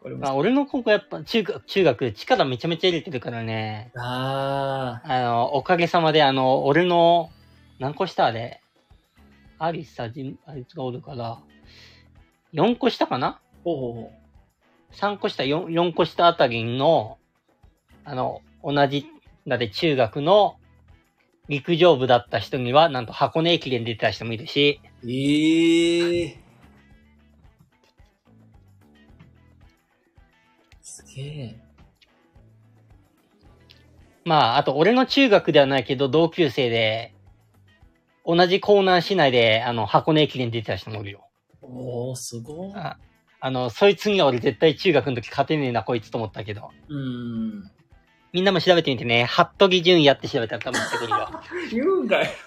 これ
まあ、
も。
俺の高校やっぱ中学、中学、力めちゃめちゃ入れてるからね。
ああ、
あの、おかげさまで、あの、俺の、何個下あれアリサジン、あいつがおるから、4個下かな
ほうほうほ
3個下、4, 4個下あたりの、あの、同じ、だって中学の陸上部だった人には、なんと箱根駅伝出てた人もいるし、
う。ええすげえ。
まあ、あと俺の中学ではないけど、同級生で、同じ江南市内で、あの、箱根駅伝出てた人もいるよ。
おおすごい。
ああの、そいつには俺絶対中学の時勝てねえな、こいつと思ったけど。
うん。
みんなも調べてみてね。服部純也って調べたら多分出てくるよ。
言うんかよ。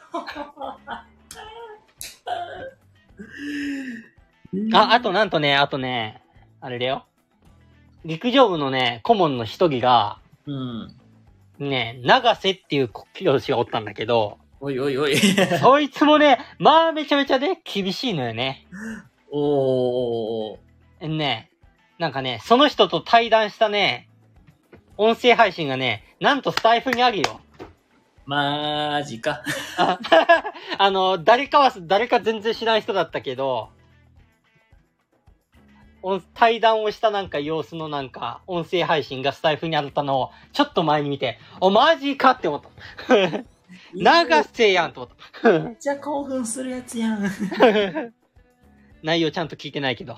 あ、あとなんとね、あとね、あれだよ。陸上部のね、顧問の一人が、
うん。
ね、長瀬っていう教師がおったんだけど、
おいおいお い。
そいつもね、まあめちゃめちゃね、厳しいのよね。
おお。
ね、なんかね、その人と対談したね、音声配信がね、なんとスタイフにあるよ。
マジか。
あ あの、誰かは、誰か全然知らない人だったけど、音対談をしたなんか様子のなんか、音声配信がスタイフにあったのを、ちょっと前に見て、お、マジかって思った。長瀬やんと思っ
めっちゃ興奮するやつやん。
た。内容ちゃんと聞いてないけど。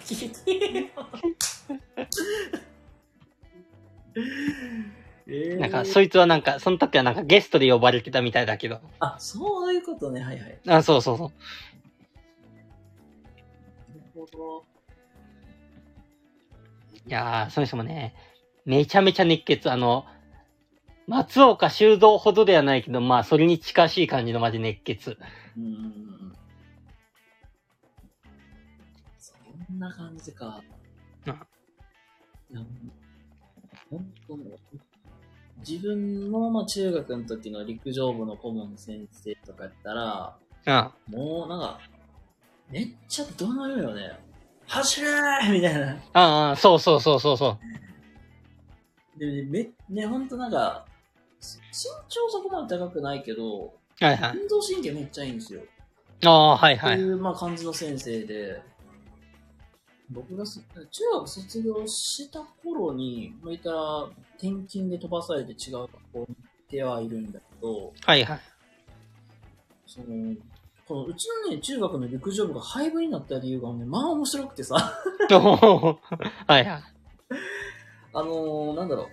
聞いてよ。えー
なんか、そいつはなんか、その時はなんかゲストで呼ばれてたみたいだけど。
あ、そういうことね。はいはい。
あ、そうそうそう。
なるほど。
いやー、その人もね、めちゃめちゃ熱血、あの、松岡修造ほどではないけど、まあ、それに近しい感じのマジ熱血。
うん。そんな感じか。
うん
いや本当に自分の、まあ、中学の時の陸上部の顧問先生とかやったら、
うん。
もうなんか、めっちゃ怒鳴るよね。走れーみたいな。
ああ、そうそうそうそうそう。
で、め、ね、ほんとなんか、し身長そこまで高くないけど、
はいはい。
運動神経めっちゃいいんですよ。
ああ、はい
って
はいい。
う、まあ、感じの先生で、僕がす中学卒業した頃に、まあ、言ったら転勤で飛ばされて違う学校に行ってはいるんだけど、
はい はい。
その、このうちのね、中学の陸上部が廃部になった理由がね、まあ面白くてさ。
おほほほはいはい。
あのー、なんだろ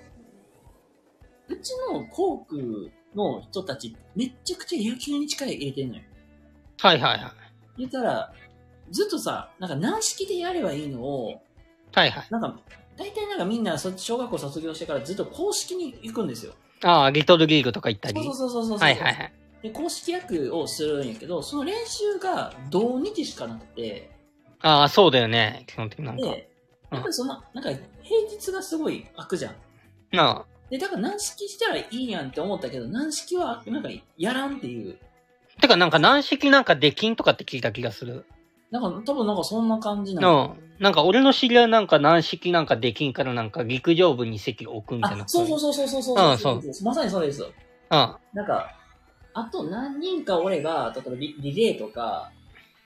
う。うちの校区の人たち、めっちゃくちゃ野球に力入れてんのよ。
はいはいはい。
言ったら、ずっとさ、なんか軟式でやればいいのを、
はいはい。
なんか、大体なんかみんなそ小学校卒業してからずっと公式に行くんですよ。
ああ、リトルリーグとか行ったり。
そうそう
は
そうそうそう。
いはいはい。
で、公式野球をするんやけど、その練習が同日しかなくて、
ああ、そうだよね。基本的になんか。
で、やっぱりそんな、なんか平日がすごい空くじゃん。
な
で、だから軟式したらいいやんって思ったけど、軟式はなんかやらんっていう。
あ。てかなんか軟式なんかできんとかって聞いた気がする。
なんか多分なんかそんな感じ
う。
なんの。
なんか俺の知り合いなんか軟式なんかできんからなんか陸上部に席を置くみたい
あ
な。、
そうそう
う。
そうそうそうそう
うんそう
ですまさにそうです。
うん。は
なんか、あと何人か俺が、例えばリリレーとか、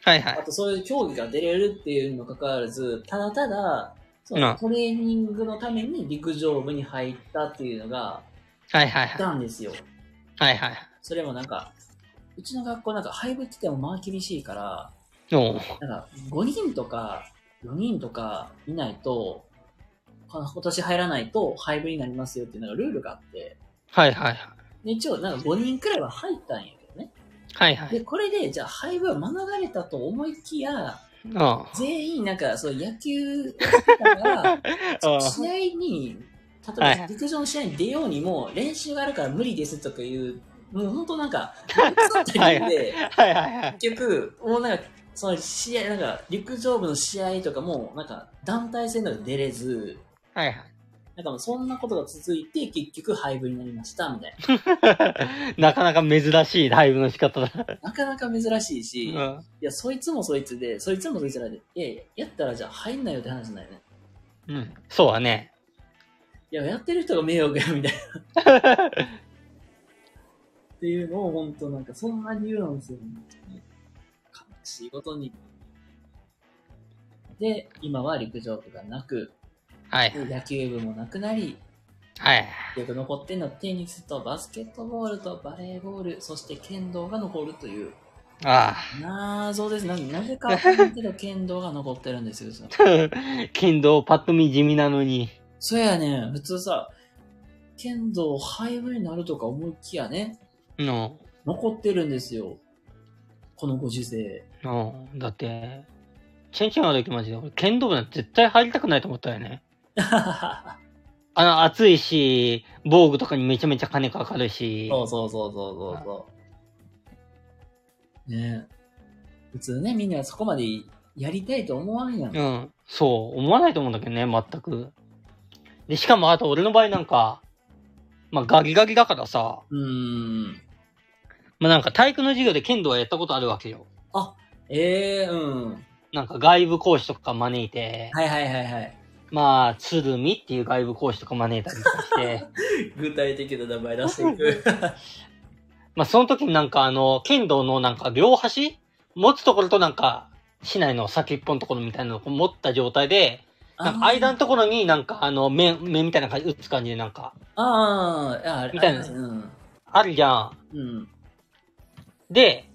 いは
あ
い。
とそういう競技が出れるっていうにもかかわらず、ただただ、そ
うん
のトレーニングのために陸上部に入ったっていうのが、
はいはい
い
はい。
たんですよ。
はいはい。
それもなんか、うちの学校なんか廃部規定もまあ厳しいから、
おう
なんか5人とか4人とかいないと、この今年入らないと廃部になりますよっていうなんかルールがあって、
はいはいはい。
で一応なんか5人くらいは入ったんやけどね。
はいはい。
で、これでじゃあ廃部は免れたと思いきや、
うん。あ
全員なんかそう野球をしてたから、
あ。
試合に、例
は
え
いは
ば
い
陸上の試合に出ようにも練習があるから無理ですとかいう、もう本当なんか、嘘って
はい
言
は
っ
い
て、
はいはいはい。
結局、もうなんか、その試合、なんか、陸上部の試合とかも、なんか、団体戦とか出れず、
はいはい。
なんかもうそんなことが続いて、結局、廃部になりました、みたい
なかなか珍しいライブの仕方だ。
な。なかなか珍しいし、
う
い
ん
や、そいつもそいつで、そいつもそいつらで、いやいや、やったらじゃあ入んないよって話になるよね。
うん。そうだね。
いや、やってる人が迷惑や、みたいな。っていうのを、本当なんか、そんな理由なんですよ、ね。悲しいことに。で、今は陸上部がなく、
はい。
野球部もなくなり、
はい。
結局残ってんのはテニスとバスケットボールとバレーボール、そして剣道が残るという。
あ
謎です。ななぜかわかんないけど、剣道が残ってるんですよ。そ
あ。剣道、パッと見地味なのに。
そやねん、普通さ、剣道廃部になるとか思いきやね、
の、
残ってるんですよ。このご時 世。
の、だって、チェンチェンはできますよ。剣道部なんて絶対入りたくないと思ったよね。あの、暑いし、防具とかにめちゃめちゃ金かかるし。
そうそうそうそうそうそう。ねえ普通ね、みんなそこまでやりたいと思わんやん。
うん。そう、思わないと思うんだけどね、全く。で、しかも、あと俺の場合なんか、まあ、ガギガギだからさ、
うーん。
まあ、なんか体育の授業で剣道はやったことあるわけよ。
ええうん。
なんか外部講師とか招いて、
はいはいはいはい。
まあ、鶴見っていう外部講師とか招いたりとかして、
具体的な名前出してい く。
まあ、その時になんかあの、剣道のなんか両端持つところとなんか、市内の先っぽのところみたいなのをこう持った状態で、なんか間のところになんかあの、目、目みたいな感じ、打つ感じでなんか、
あーあー、ああれ
みたいな
うん。
あるじゃん。
うん。
で、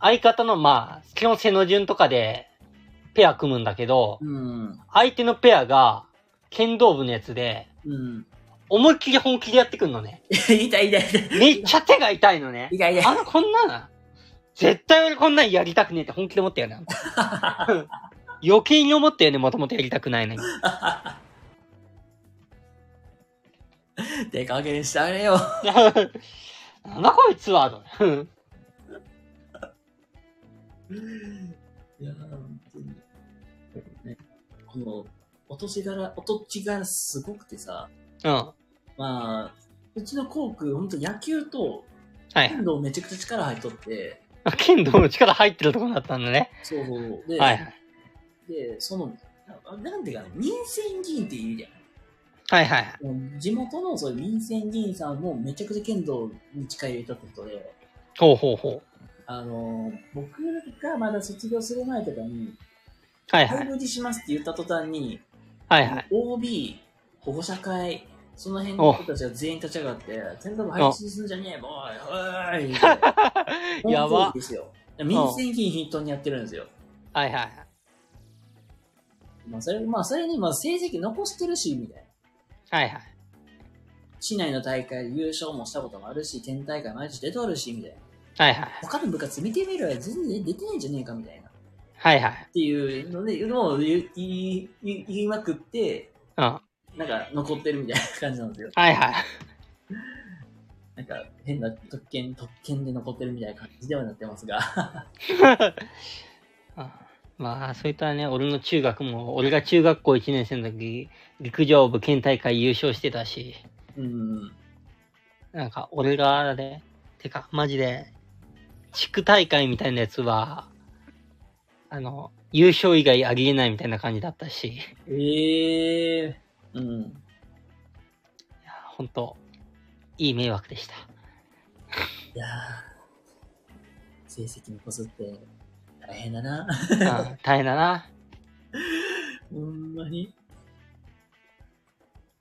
相方の、まあ、基本背の順とかで、ペア組むんだけど、
うん。
相手のペアが、剣道部のやつで、
うん。
思いっきり本気でやってくんのね。
痛い痛い痛い。
めっちゃ手が痛いのね。
痛い痛い。
あの、こんなの絶対俺こんなんやりたくねえって本気で思った よね。余計に思ったよね、もともとやりたくないのに。
手加減してあれよ。
なんだこいつは、と。
いやー本当に。ね、この、お年柄、おとち柄すごくてさ、
うん。は
まあ、うちのコーク、本当野球と
い。
剣道めちゃくちゃ力入っとって、
剣道の力入ってるところだったんだね。
そうそうそう。で、
はい。
でその、ななんていうかな、民選議員って言うじゃん。
はいはい。
もう地元のそういう民選議員さんもめちゃくちゃ剣道に力入れとった人で、
ほうほうほう。
あのー僕がまだ卒業する前とかに、
はいは
廃
い。
部にしますって言った途端に、
はいはい。。
OB、保護者会、その辺の人たちが全員立ち上がって、剣道部配置すんじゃねえ、ボーイ、おい、おい
やば
ですよ。民選議員筆頭にやってるんですよ。
はいはい。
まあ、それ、まあ、それに、まあ、成績残してるし、みたいな。
はいはい。
市内の大会優勝もしたこともあるし、県大会毎年出とるし、みたいな。
はいはい。
他の部活見てみろや、全然出てないんじゃねえか、みたいな。っ
はいはい。
ていうので、のを言い、言い、言い言いまくって、
うん。は
なんか残ってるみたいな感じなんですよ。
いはい。
なんか変な特権、特権で残ってるみたいな感じではなってますが。
うんまあ、そういったね、俺の中学も、俺が中学校1年生の時、陸上部県大会優勝してたし、
うん。
なんか、俺があれで、てか、マジで、地区大会みたいなやつは、あの、優勝以外ありえないみたいな感じだったし、い
え えうん。
やほんと、いい迷惑でした。
いやー成績残すって大変だな。
うん、大変だな。
ほんまに。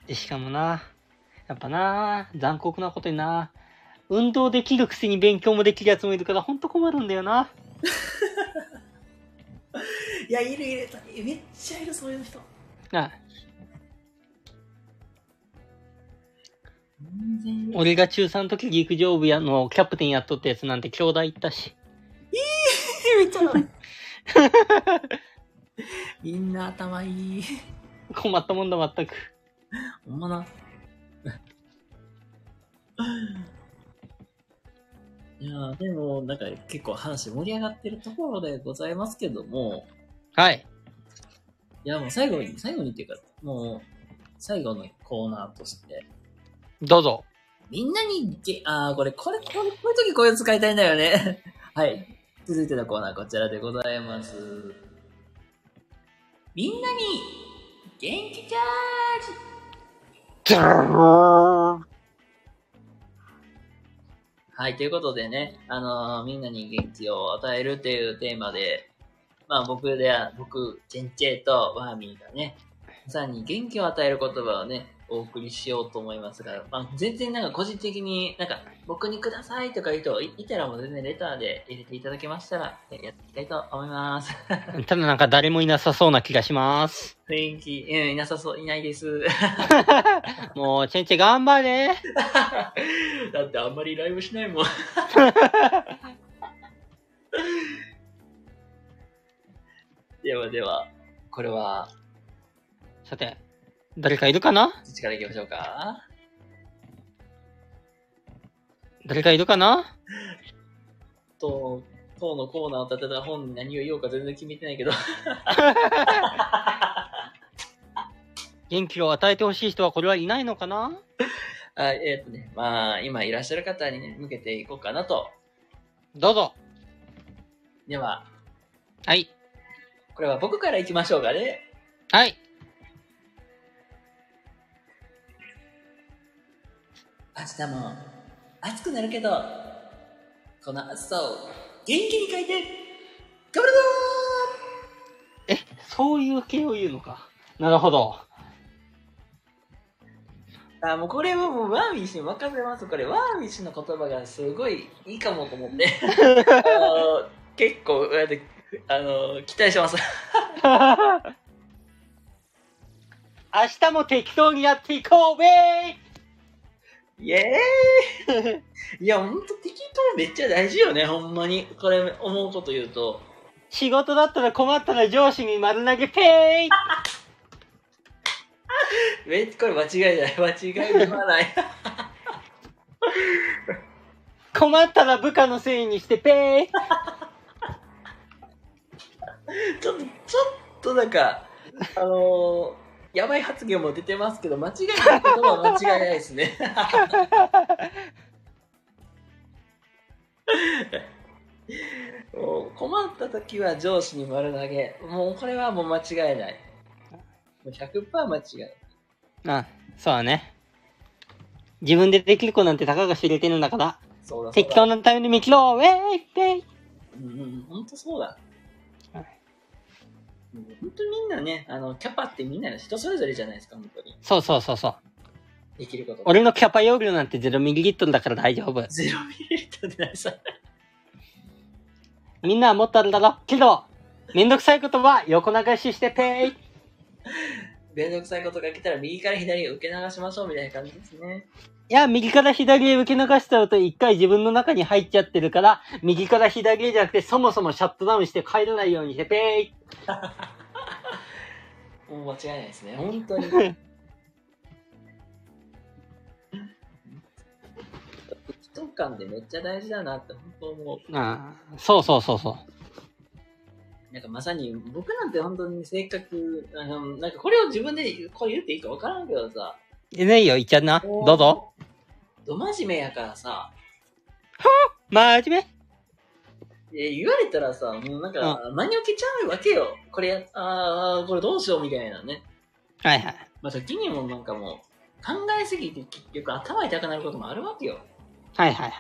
で、しかもな、やっぱな、残酷なことにな、運動できるくせに勉強もできるやつもいるから、ほんと困るんだよな。
いや、いるいる。めっちゃいる、そういう人。
な
全然いる。
俺が中3の時陸上部やのキャプテンやっとったやつなんて兄弟行ったし。
めっちゃいる みんな頭いい。
困ったもんだ、全く。
ほんまな。 いやーでも、なんか結構話盛り上がってるところでございますけども、
はい。
いや、もう最後に、最後にっていうか、もう、最後のコーナーとして、
どうぞ。
みんなにげ、あー、これ、これ、これ、こういう時こういう使いたいんだよね。 はい。続いてのコーナー、こちらでございます。みんなに、元気チャージはい、ということでね、あのーみんなに元気を与えるっていうテーマで、まあ僕では、僕、チェンチェイとワーミーがね、さらに元気を与える言葉をね、お送りしようと思いますが、まあ、全然なんか個人的になんか僕にくださいとかいう人いいたらもう全然レターで入れていただけましたらえやっていきたいと思います。
ただなんか誰もいなさそうな気がします。
雰囲気、うん、いなさそう、いないです。
もう、チェンチェ頑張れ。
だってあんまりライブしないもん。 ではでは、これは、
さて、誰かいるかな
どっちからいきましょうか
誰かいるかな
と、当のコーナーを立てた本に何を言おうか全然決めてないけど。
元気を与えてほしい人はこれはいないのかな
あえっ、とね、まあ、今いらっしゃる方に、ね、向けていこうかなと。
どうぞ。
では、
はい。
これは僕から行きましょうかね。
はい。
明日も暑くなるけど、この暑さを元気に変えて、頑張るぞ
そういう系を言うのか。なるほど。
ーあ、もうこれはもうワーミー氏に任せます。これワーミー氏の言葉がすごいいいかもと思って。 あの結構、だってあの期待してます。
明日も適当にやっていこうべ
イエーイいや、ほんと適当めっちゃ大事よね、ほんまに。これ、思うこと言うと。
仕事だったら困ったら上司に丸投げペイ
めこれ間違いじゃない、間違いではない。
困ったら部下のせいにしてペイ
ちょっと、ちょっとなんか、あのー、やばい発言も出てますけど、間違いないことは間違いないですね。 もう困った時は上司に丸投げ。もうこれはもう間違いない。もう100%間違いない。
あ、そうだね。自分でできる子なんてたかが知れてるんだから、
そうだそう
適
だ。
当なタイミングで見切ろうウェイペイ
うんうん、ほんとそうだ。
はい
うんほんとみんなね、あの、キャパってみんな人それぞれじゃないですか、本当に。
そうそうそうそう。
できること。
俺のキャパ容量なんて0ミリリットルだから大丈夫。
ゼロミリリットルでないさ。
みんなはもっとあるだろ。けど、めんどくさいことは横流ししてペイ
めんどくさいことが来たら右から左へ受け流しましょうみたいな感じですね。
いや、右から左へ受け流しちゃうと一回自分の中に入っちゃってるから、右から左へじゃなくてそもそもシャットダウンして帰らないようにしてペイ
もう間違いないですね。本当に。人間でめっちゃ大事だなって本当思う。
ああ、そうそうそうそう。
なんかまさに僕なんて本当に性格、あのなんかこれを自分でこれ言っていいか分からんけどさ。
えねえよ、いっちゃんな。どうぞ。。
ど真面目やからさ。
真面
え言われたらさ、もうなんか、真に受けちゃうわけよ。これや、ああ、これどうしようみたいなね。
目はいはい。
まあ、時にもなんかもう、考えすぎて結局頭痛くなることもあるわけよ。
はいはい。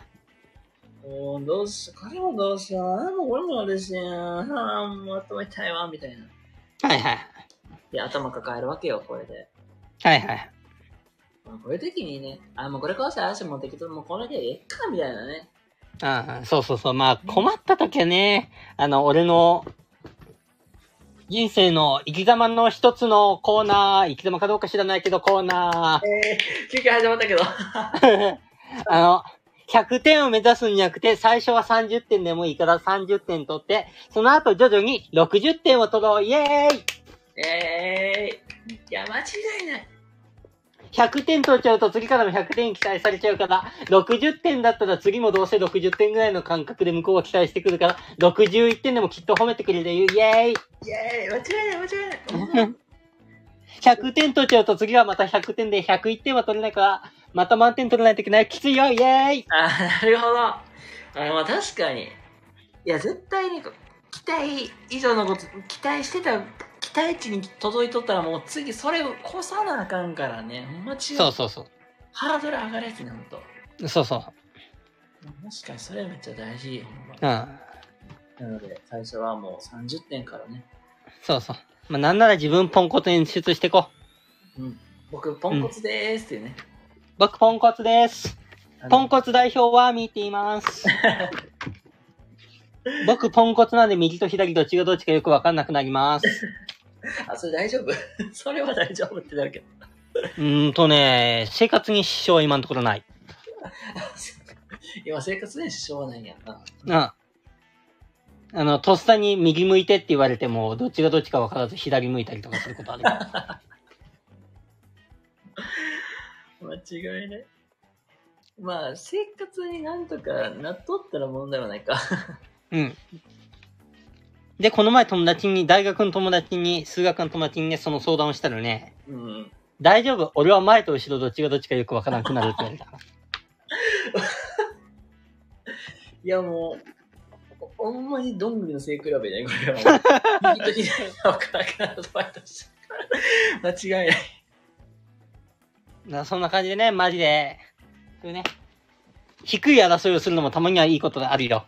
もうどうしよう、これもどうしよう、あれもこれもあるし、ああ、もう頭痛いわ、みたいな。
はいはい。
で、頭抱えるわけよ、これで。
はいはい。
まあ、こういう時にね、あもうこれこうしたら足も適当、もうこれでええか、みたいなね。
ああ、そうそうそう。まあ、困った時はね、あの、俺の、人生の生き様の一つのコーナー、生き様かどうか知らないけどコーナ
えー、休憩始まったけど。
ー。あの、100点を目指すんじゃなくて、最初は30点でもいいから30点取って、その後徐々に60点を取ろう。イエーイ
えー、いや、間違いない。
!100 点取っちゃうと次からも100点期待されちゃうから、60点だったら次もどうせ60点ぐらいの感覚で向こうは期待してくるから、61点でもきっと褒めてくれるよ。イエーイ
イエーイ、間違いない、間違い ない。
100点取っちゃうと次はまた100点で101点は取れないから、また満点取れないといけない。きついよイェーイ
あーなるほどあまあ確かにいや絶対にこう期待以上のこと期待してた期待値に届いとったらもう次それを越さなあかんからねほんま違う
そうそうそ
ハードル上がるやつねほんと
う。そうそう。
確かにそれめっちゃ大事ほんま
うん。
なので、最初はもう30点からね。
そうそう。まあ、なんなら自分ポンコツ演出してこう。
うん。僕、ポンコツでーすってね。
僕ポンコツです。
あの
ポンコツ代表は見てい ます。僕ポンコツなんで右と左どっちがどっちかよくわかんなくなります。
あ、それ大丈夫 それは大丈夫ってなるけど。
うーんとね、生活に支障は今のところない。
今、生活で支障はないんやんな。
ああの、とっさに右向いてって言われても、どっちがどっちか分からず左向いたりとかすることある。
間違いない。まあ、生活になんとかなっとったら問題はないか。
うん。で、この前友達に、大学の友達に、数学の友達にね、その相談をしたらね、
うん。
大丈夫、俺は前と後ろどっちがどっちかよく分からなくなるって言われた。
いや、もう、ほんまにどんぐりの背比べだよ、これはもう。 右と左が分からなくなるとバイトしてるから間違いない。
なそんな感じでね、マジで、そういうね、低い争いをするのもたまにはいいことがあるよ。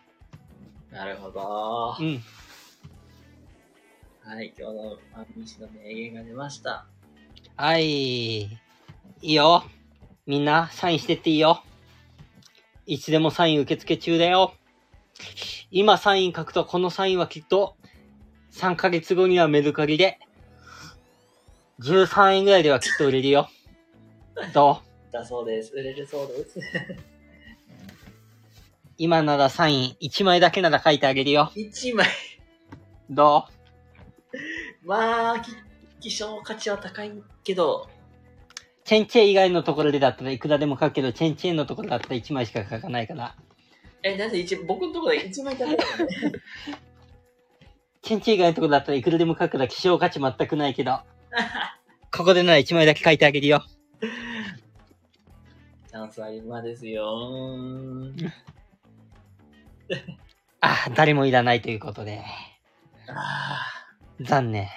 なるほど。は
うん。
い、今日のファンミシの名言が出ました。
はい。いいよ。みんな、サインしてっていいよ。いつでもサイン受付中だよ。今サイン書くと、このサインはきっと、3ヶ月後にはメルカリで、13円ぐらいではきっと売れるよ。どう
だそうです。売れるそうです。
今ならサイン1枚だけなら書いてあげるよ。
1枚。
どう
まあ、き希少価値は高いけど、
チェンチェ以外のところでだったらいくらでも書くけど、チェンチェのところだったら1枚しか書かないから。
え、なんで一僕のところで1枚高いのね。
チェンチェ以外のところだったらいくらでも書くから希少価値全くないけど。ここでなら1枚だけ書いてあげるよ。
チャンスは今ですよ。
ああ、誰もいらないということで。
あ
残念。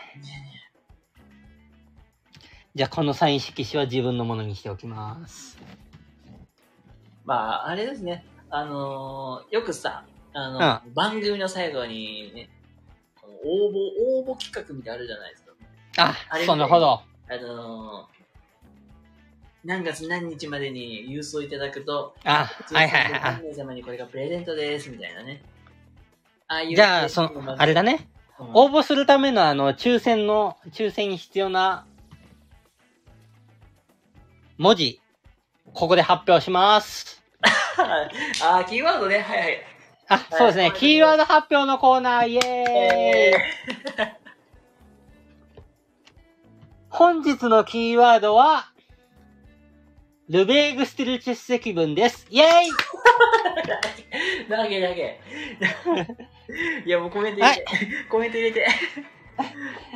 じゃあこのサイン色紙は自分のものにしておきます。
ーまあ、あれですね。あのーよくさ、あの、番組の最後にね、この応募、応募企画みたいなのあるじゃないですか。
あ
あれ、ね
そのほど。
あのー何月何日までに郵送いただくと、
あ、はいはいはい
10名様にこれがプレゼントです、みたいなね。ああい
あ。
う
じゃあ、その、あれだね。
うん
応募するためのあの、抽選の、抽選に必要な文字、ここで発表します。
はいあー、キーワードね。はいはい。
あ、そうですね。
はい
キーワード発表のコーナー、イエーイ本日のキーワードは、ルベーグスティルチェス積分です。イェー
投げ投 げ。いや、もうコメント入れて。コメント入れて。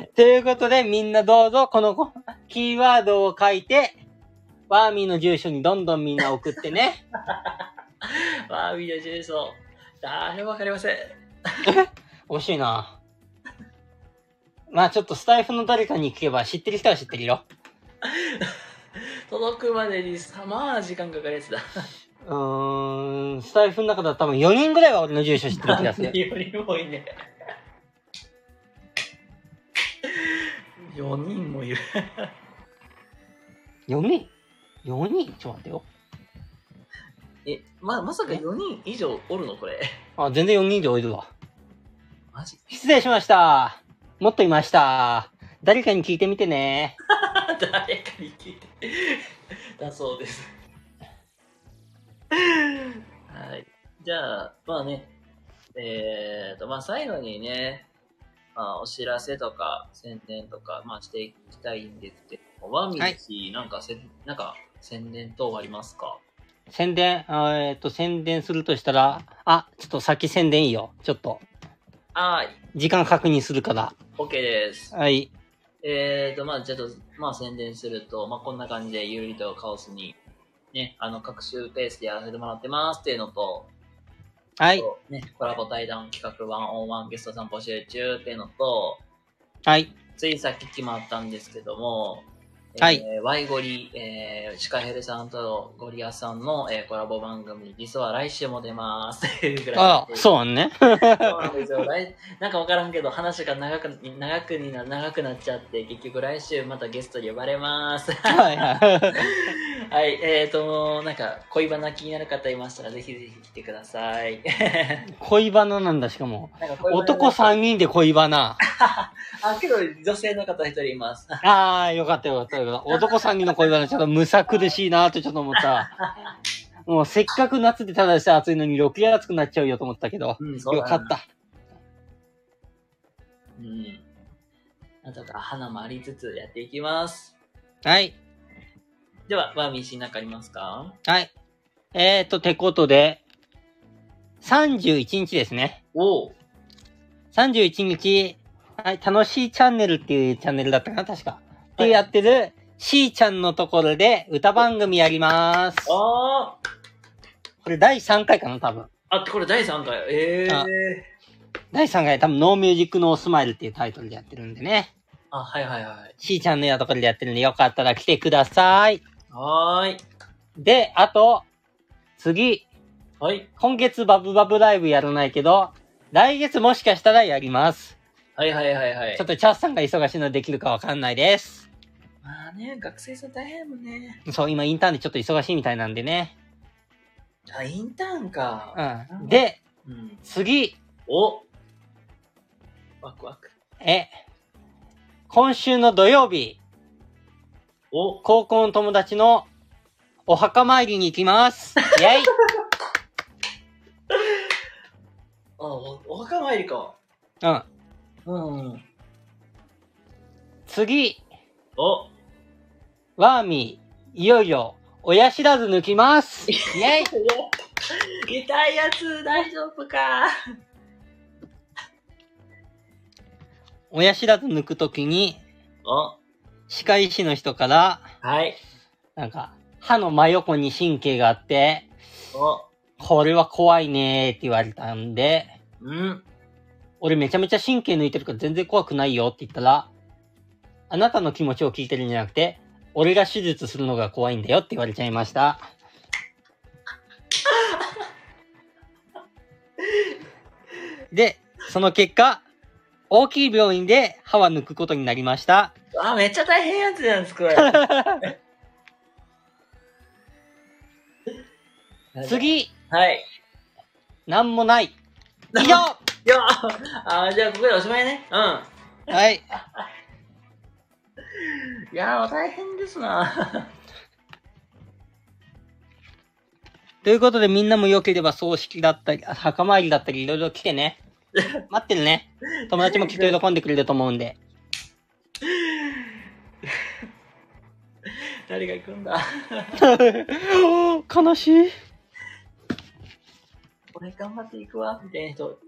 イということで、みんなどうぞ、このキーワードを書いて、ワーミーの住所にどんどんみんな送ってね。
わあ、みんな重曹。誰もわかりません。
惜しいなまあちょっとスタイフの誰かに聞けば知ってる人は知ってるよ。
届くまでにさ、まあ時間かかるやつだ。
うーん、スタイフの中だと多分4人ぐらいは俺の住所知ってる気がす る。
よりも多いね。4人もいる。
4人 ?4 人ちょっと待ってよ。
え、ま、まさか4人以上おるのこれ。
あ、全然4人以上いるわ。
マジ
失礼しました。もっといました。誰かに聞いてみてね。
誰かに聞いて。だそうです。はい。じゃあ、まあね、えーと、まあ最後にね、まあお知らせとか宣伝とか、まあしていきたいんですけど、ワンミッキーなんかせ、なんか宣伝等ありますか
宣伝、あーえっと、宣伝するとしたら、あ、ちょっと先宣伝いいよ。ちょっと、
あー、
時間確認するから。
OK です。
はい。
えーと、まあちょっと、まあ宣伝すると、まあこんな感じで、ゆるりとカオスに、ね、あの、各種ペースでやらせてもらってますっていうのと、
はい。
ね、コラボ対談企画ワンオンワンゲストさん募集中っていうのと、
はい。
ついさっき決まったんですけども、
はい
えーワイゴリ、えー、シカヘルさんとゴリアさんの、えーコラボ番組、実は来週も出ます。っていうぐら
あ
い。
あ、そうね。
そうなんですよ。来なんかわからんけど、話が長く、長くにな、長くなっちゃって、結局来週またゲストに呼ばれます。
はいはい。
はい、えーと、なんか恋バナ気になる方いましたら、ぜひぜひ来てください。
恋バナなんだ、しかも。
なんか恋バナ
男3人で恋バナ。
あ、けど女性の方一人います。
ああ、よかったよかったよかった。男3人の恋バナ、ちょっとむさ苦しいなーとちょっと思った。もうせっかく夏でただでさ暑いのに余計暑くなっちゃうよと思ったけど。
うん、そう
よ
だ
か
な
った。
うん。なんとか花もありつつやっていきます。
はい。
では、ワーミーシーなんかありますか
はい。えーと、てことで、31日ですね。
おう
31日、はい、楽しいチャンネルっていうチャンネルだったかな、確か。
はい
でやってる、しーちゃんのところで歌番組やります。こ
あー
れ第3回かな、多分。
あってこれ第3回。ええー
あ。第3回、多分、ノーミュージックノースマイルっていうタイトルでやってるんでね。
あ、はいはいはい。
しーちゃんのところでやってるんで、よかったら来てください。
はーい。
で、あと、次、
はい。
今月バブバブライブやらないけど、来月もしかしたらやります。
はいはいはいはい
ちょっ。とチャースさんが忙しいのでできるかわかんないです。
まあね、学生さん大変やもんね。
そう、今インターンでちょっと忙しいみたいなんでね。
あ、インターンか。
うん。で、
うん。
次、
おワクワク。
え、今週の土曜日、
お
高校の友達のお墓参りに行き ます。イェイ
あ、おお墓参りか。
うん。
うん。
次、
お
ワーミー、いよいよ、親知らず抜きます。イェ イ
痛いやつ大丈夫か
親知らず抜くときに、
お
歯科医師の人から、
はい。
なんか、歯の真横に神経があって、
お
これは怖いねーって言われたんで、
うん。
俺めちゃめちゃ神経抜いてるから全然怖くないよって言ったら、あなたの気持ちを聞いてるんじゃなくて、俺が手術するのが怖いんだよって言われちゃいました。で、その結果、大きい病院で歯は抜くことになりました。
あ、めっちゃ大変やつじゃないですか、これ。
次、
はい。
なんもない。以上
いや、あじゃあここでおしまいね。う
はい。
ん。いやー、大変ですな。
ということでみんなも良ければ葬式だったり、あ墓参りだったりいろいろ来て ね。待ってるね。友達もきっと喜んでくれると思うんで。
誰が行くんだ。
悲しい。
俺頑張っていくわ、みたいな人。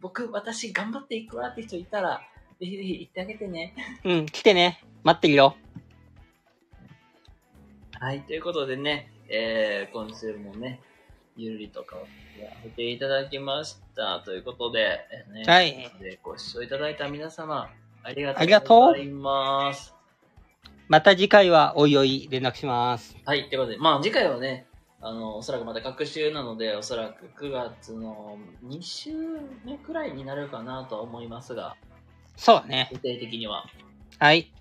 僕、私頑張っていくわって人いたら、ぜひぜひ行ってあげてね。
うん、来てね。待ってるよ。
はい、ということでね、えー、今週もね、ゆるりとかをやらせていただきました。ということで、えーね、
はい。
でご視聴いただいた皆様、ありが
ありがと
と
う
うございます。
また次回はおいおい連絡します。
はい、ということで、まあ次回はね、あの、おそらくまた学習なので、おそらく9月の2週目くらいになるかなとは思いますが、
そうだね。
予定的には。
はい。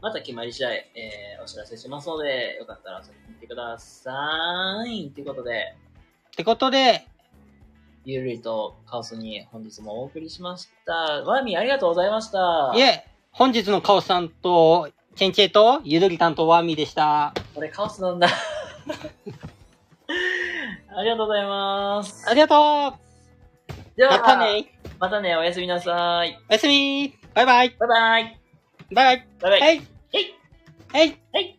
また決まり次第、えーお知らせしますので、よかったら遊びに来てください。ということで、
ってことで、
ゆるりとカオスに本日もお送りしました。ワーミーありがとうございました。
いえ、本日のカオスさんと、チェンチェと、ゆるり担当ワーミーでした。
これカオスなんだ。 ありがとうございます。
ありがと
で
う
は、
また。ね
またね、おやすみなさい。
おやすみバイバイ
バイバイ。
バイ
バイバイ。
バイは
は
い
い
はい
はい